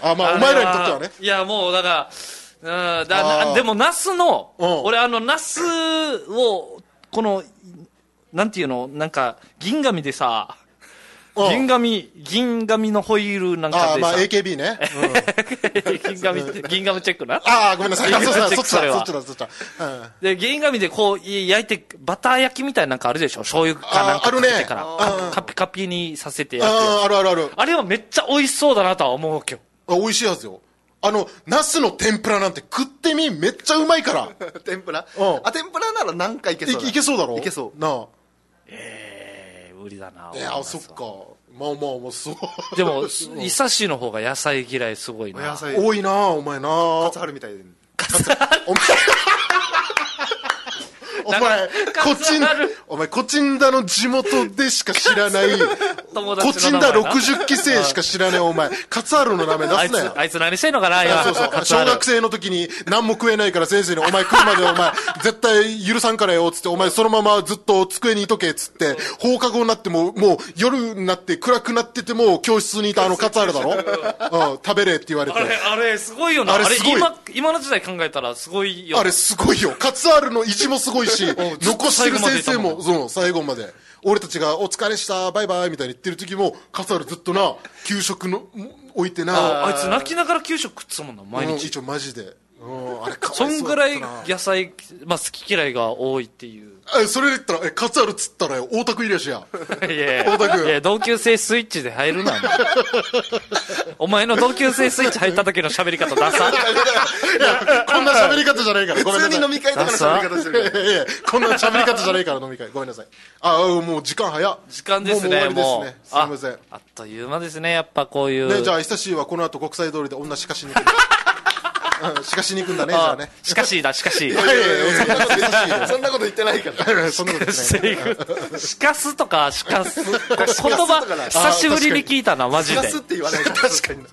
B: あ、まあ、お前らにとってはね。
A: いや、もう、だから、うん、だ
B: あー
A: なでも、ナスの、
B: うん
A: 俺、あの、ナスを、この、なんていうの、なんか、銀紙でさ、
B: うん
A: 銀紙、銀紙のホイールなん
B: あ
A: か
B: ー、
A: で
B: ま
A: さ
B: あ、、AKB ね。
A: [laughs] 銀紙って、銀紙チェックな。
B: ああ、ごめんなさい。あそうだ、
A: チェ
B: そ
A: ック
B: っち
A: それ
B: だ、そ
A: は
B: っちだ、そっちだ。うん
A: で、銀紙でこう、い焼いて、バター焼きみたいなんかあるでしょ醤油かなん
B: あーあ
A: か
B: る
A: か
B: ね
A: けてから、
B: あー
A: カカピカピにさせて焼くや
B: あーあるあるある
A: つ。。あれはめっちゃ美味しそうだなとは思うわけよ。
B: あ、美味しいはずよ。あの、ナスの天ぷらなんて食ってみ、めっちゃうまいから。
D: 天ぷら
B: うん
D: あ天ぷらなら何回いけそうだ
B: いいけそうだろ
D: いけそう
B: なあ。
A: えー、無理だな。
B: えー、あ、そっか。まあまあまあ、そう。
A: でも、すイサシの方が野菜嫌いすごい
D: お
A: な。
D: 野菜
B: 多いなあ、お前なあ。
D: 初春みたいに
B: お前、お前、こちん
A: なる、
B: お前、コチンダの地元でしか知らない、
A: 友
B: コチ
A: 達
B: ン
A: の名
B: ダ
A: 前な
B: 60期生しか知らねえ、お前。カツアルの名前
A: あ
B: 出
A: い
B: すな
A: つ
B: よ、。
A: あいつ何してんのかな、今。
B: そうそう
A: カツア
B: 小
A: ル
B: 学生の時に何も食えないから先生に、お前食うまでお前、絶対許さんからよ、つって、お前そのままずっと机にいとけ、つって、放課後になっても、もう夜になって暗くなってても、教室にいたあのカツアルだろうん、食べれって言われて
A: あ。れ、あれ、すごいよな。
B: あ
A: あ
B: れ
A: れ、
B: すごい
A: 今、今の時代考えたらすごいよ。
B: あれすごいよ。カツアルの意地もすごいし、残してる先生も、そう、最後まで。俺たちがお疲れした、バイバイみたいに言ってる時も、カツアルずっとな、給食の、置いて
A: あ
B: な、
A: いつ泣きながら給食食ってたもんな、毎
B: うん
A: 日。
B: 一応マジで。うん、あれかわ
A: そん
B: う
A: ぐ
B: だっ
A: ら
B: た
A: い
B: な
A: 野菜、まあ好き嫌いが多いって
B: [laughs]
A: いう。
B: え、それで言ったら、え、カツアルつったらよ、大田区いりやしや。
A: いやい
B: 太田君
A: やいや、同級生スイッチで入
B: [laughs]
A: るな、お前お前の同級生スイッチ入った時の喋り方ダサ。
B: こんな喋り方じゃないから、ごめん
D: [laughs] 普
B: な
D: 通
B: さ
D: に飲
B: い。
D: み会とかの喋り方してる
B: [laughs]
D: か
B: いやいやこんな喋り方じゃないから飲み会。ごめんなさい。あ、もう時間早っ。
A: 時間ですね、
B: もう
A: も
B: 終
A: う。
B: わりですね。すいません
A: あ。あっという間ですね、やっぱこういう。
B: ね、じゃあ、久しはこの後国際通りで女しか
A: [laughs]
B: しに行く。うん、しかしに行くんだね、じゃあね。
A: しかしだ、しかし。
B: いやいやいやそんなこと言ってない
D: らそんなこと言ってないから
B: よそんなこと言
A: [laughs]
B: ってない。
A: しかすとか、しかす。
B: [laughs]
A: 言
D: とかな
A: 葉、久しぶりに聞いたな、マジ
D: 出
A: で。
D: すって言わないから確かに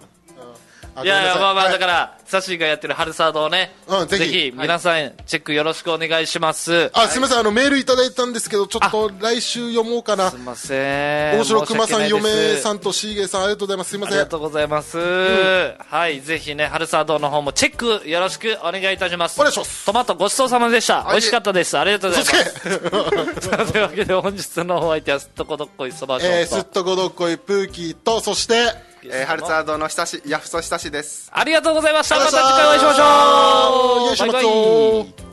B: あ
A: いやいや、まあまあ、だ
B: ら。
A: から、サシがやってる春サードをね
B: うん、ぜ
A: ぜ
B: ひ
A: ひ、皆さん、チェックよろしくお願いします。
B: あ、すみません、あの、メールいただいたんですけど、ちょっと来週読もうかな
A: すい。ません。
B: 大城熊さん、
A: 申し訳ないで
B: 嫁
A: す
B: さんとシーゲさん、ありがとうございます。すみま
A: あ
B: せ
A: り
B: ん
A: が。とうございます。はい、ぜひね、春サードの方もチェックよろしくお願いいたします。
B: お願いします
A: トマトごちそうさまでした。美味しかったです。ありがとうございます。というわけで、本日のお相手は、すっとこどっこいそばしょ
B: えー、
A: う
B: すっ
A: と。
B: とこどっこいプーキーと、そして、
D: えーハルツァードのひさしヤフソひさしです
A: ありがとうございました。また次回お会い
B: ありがとうございま
A: し
B: した
A: ましょう。
B: よいしょ
A: バイバ
B: 待つよ
A: イ。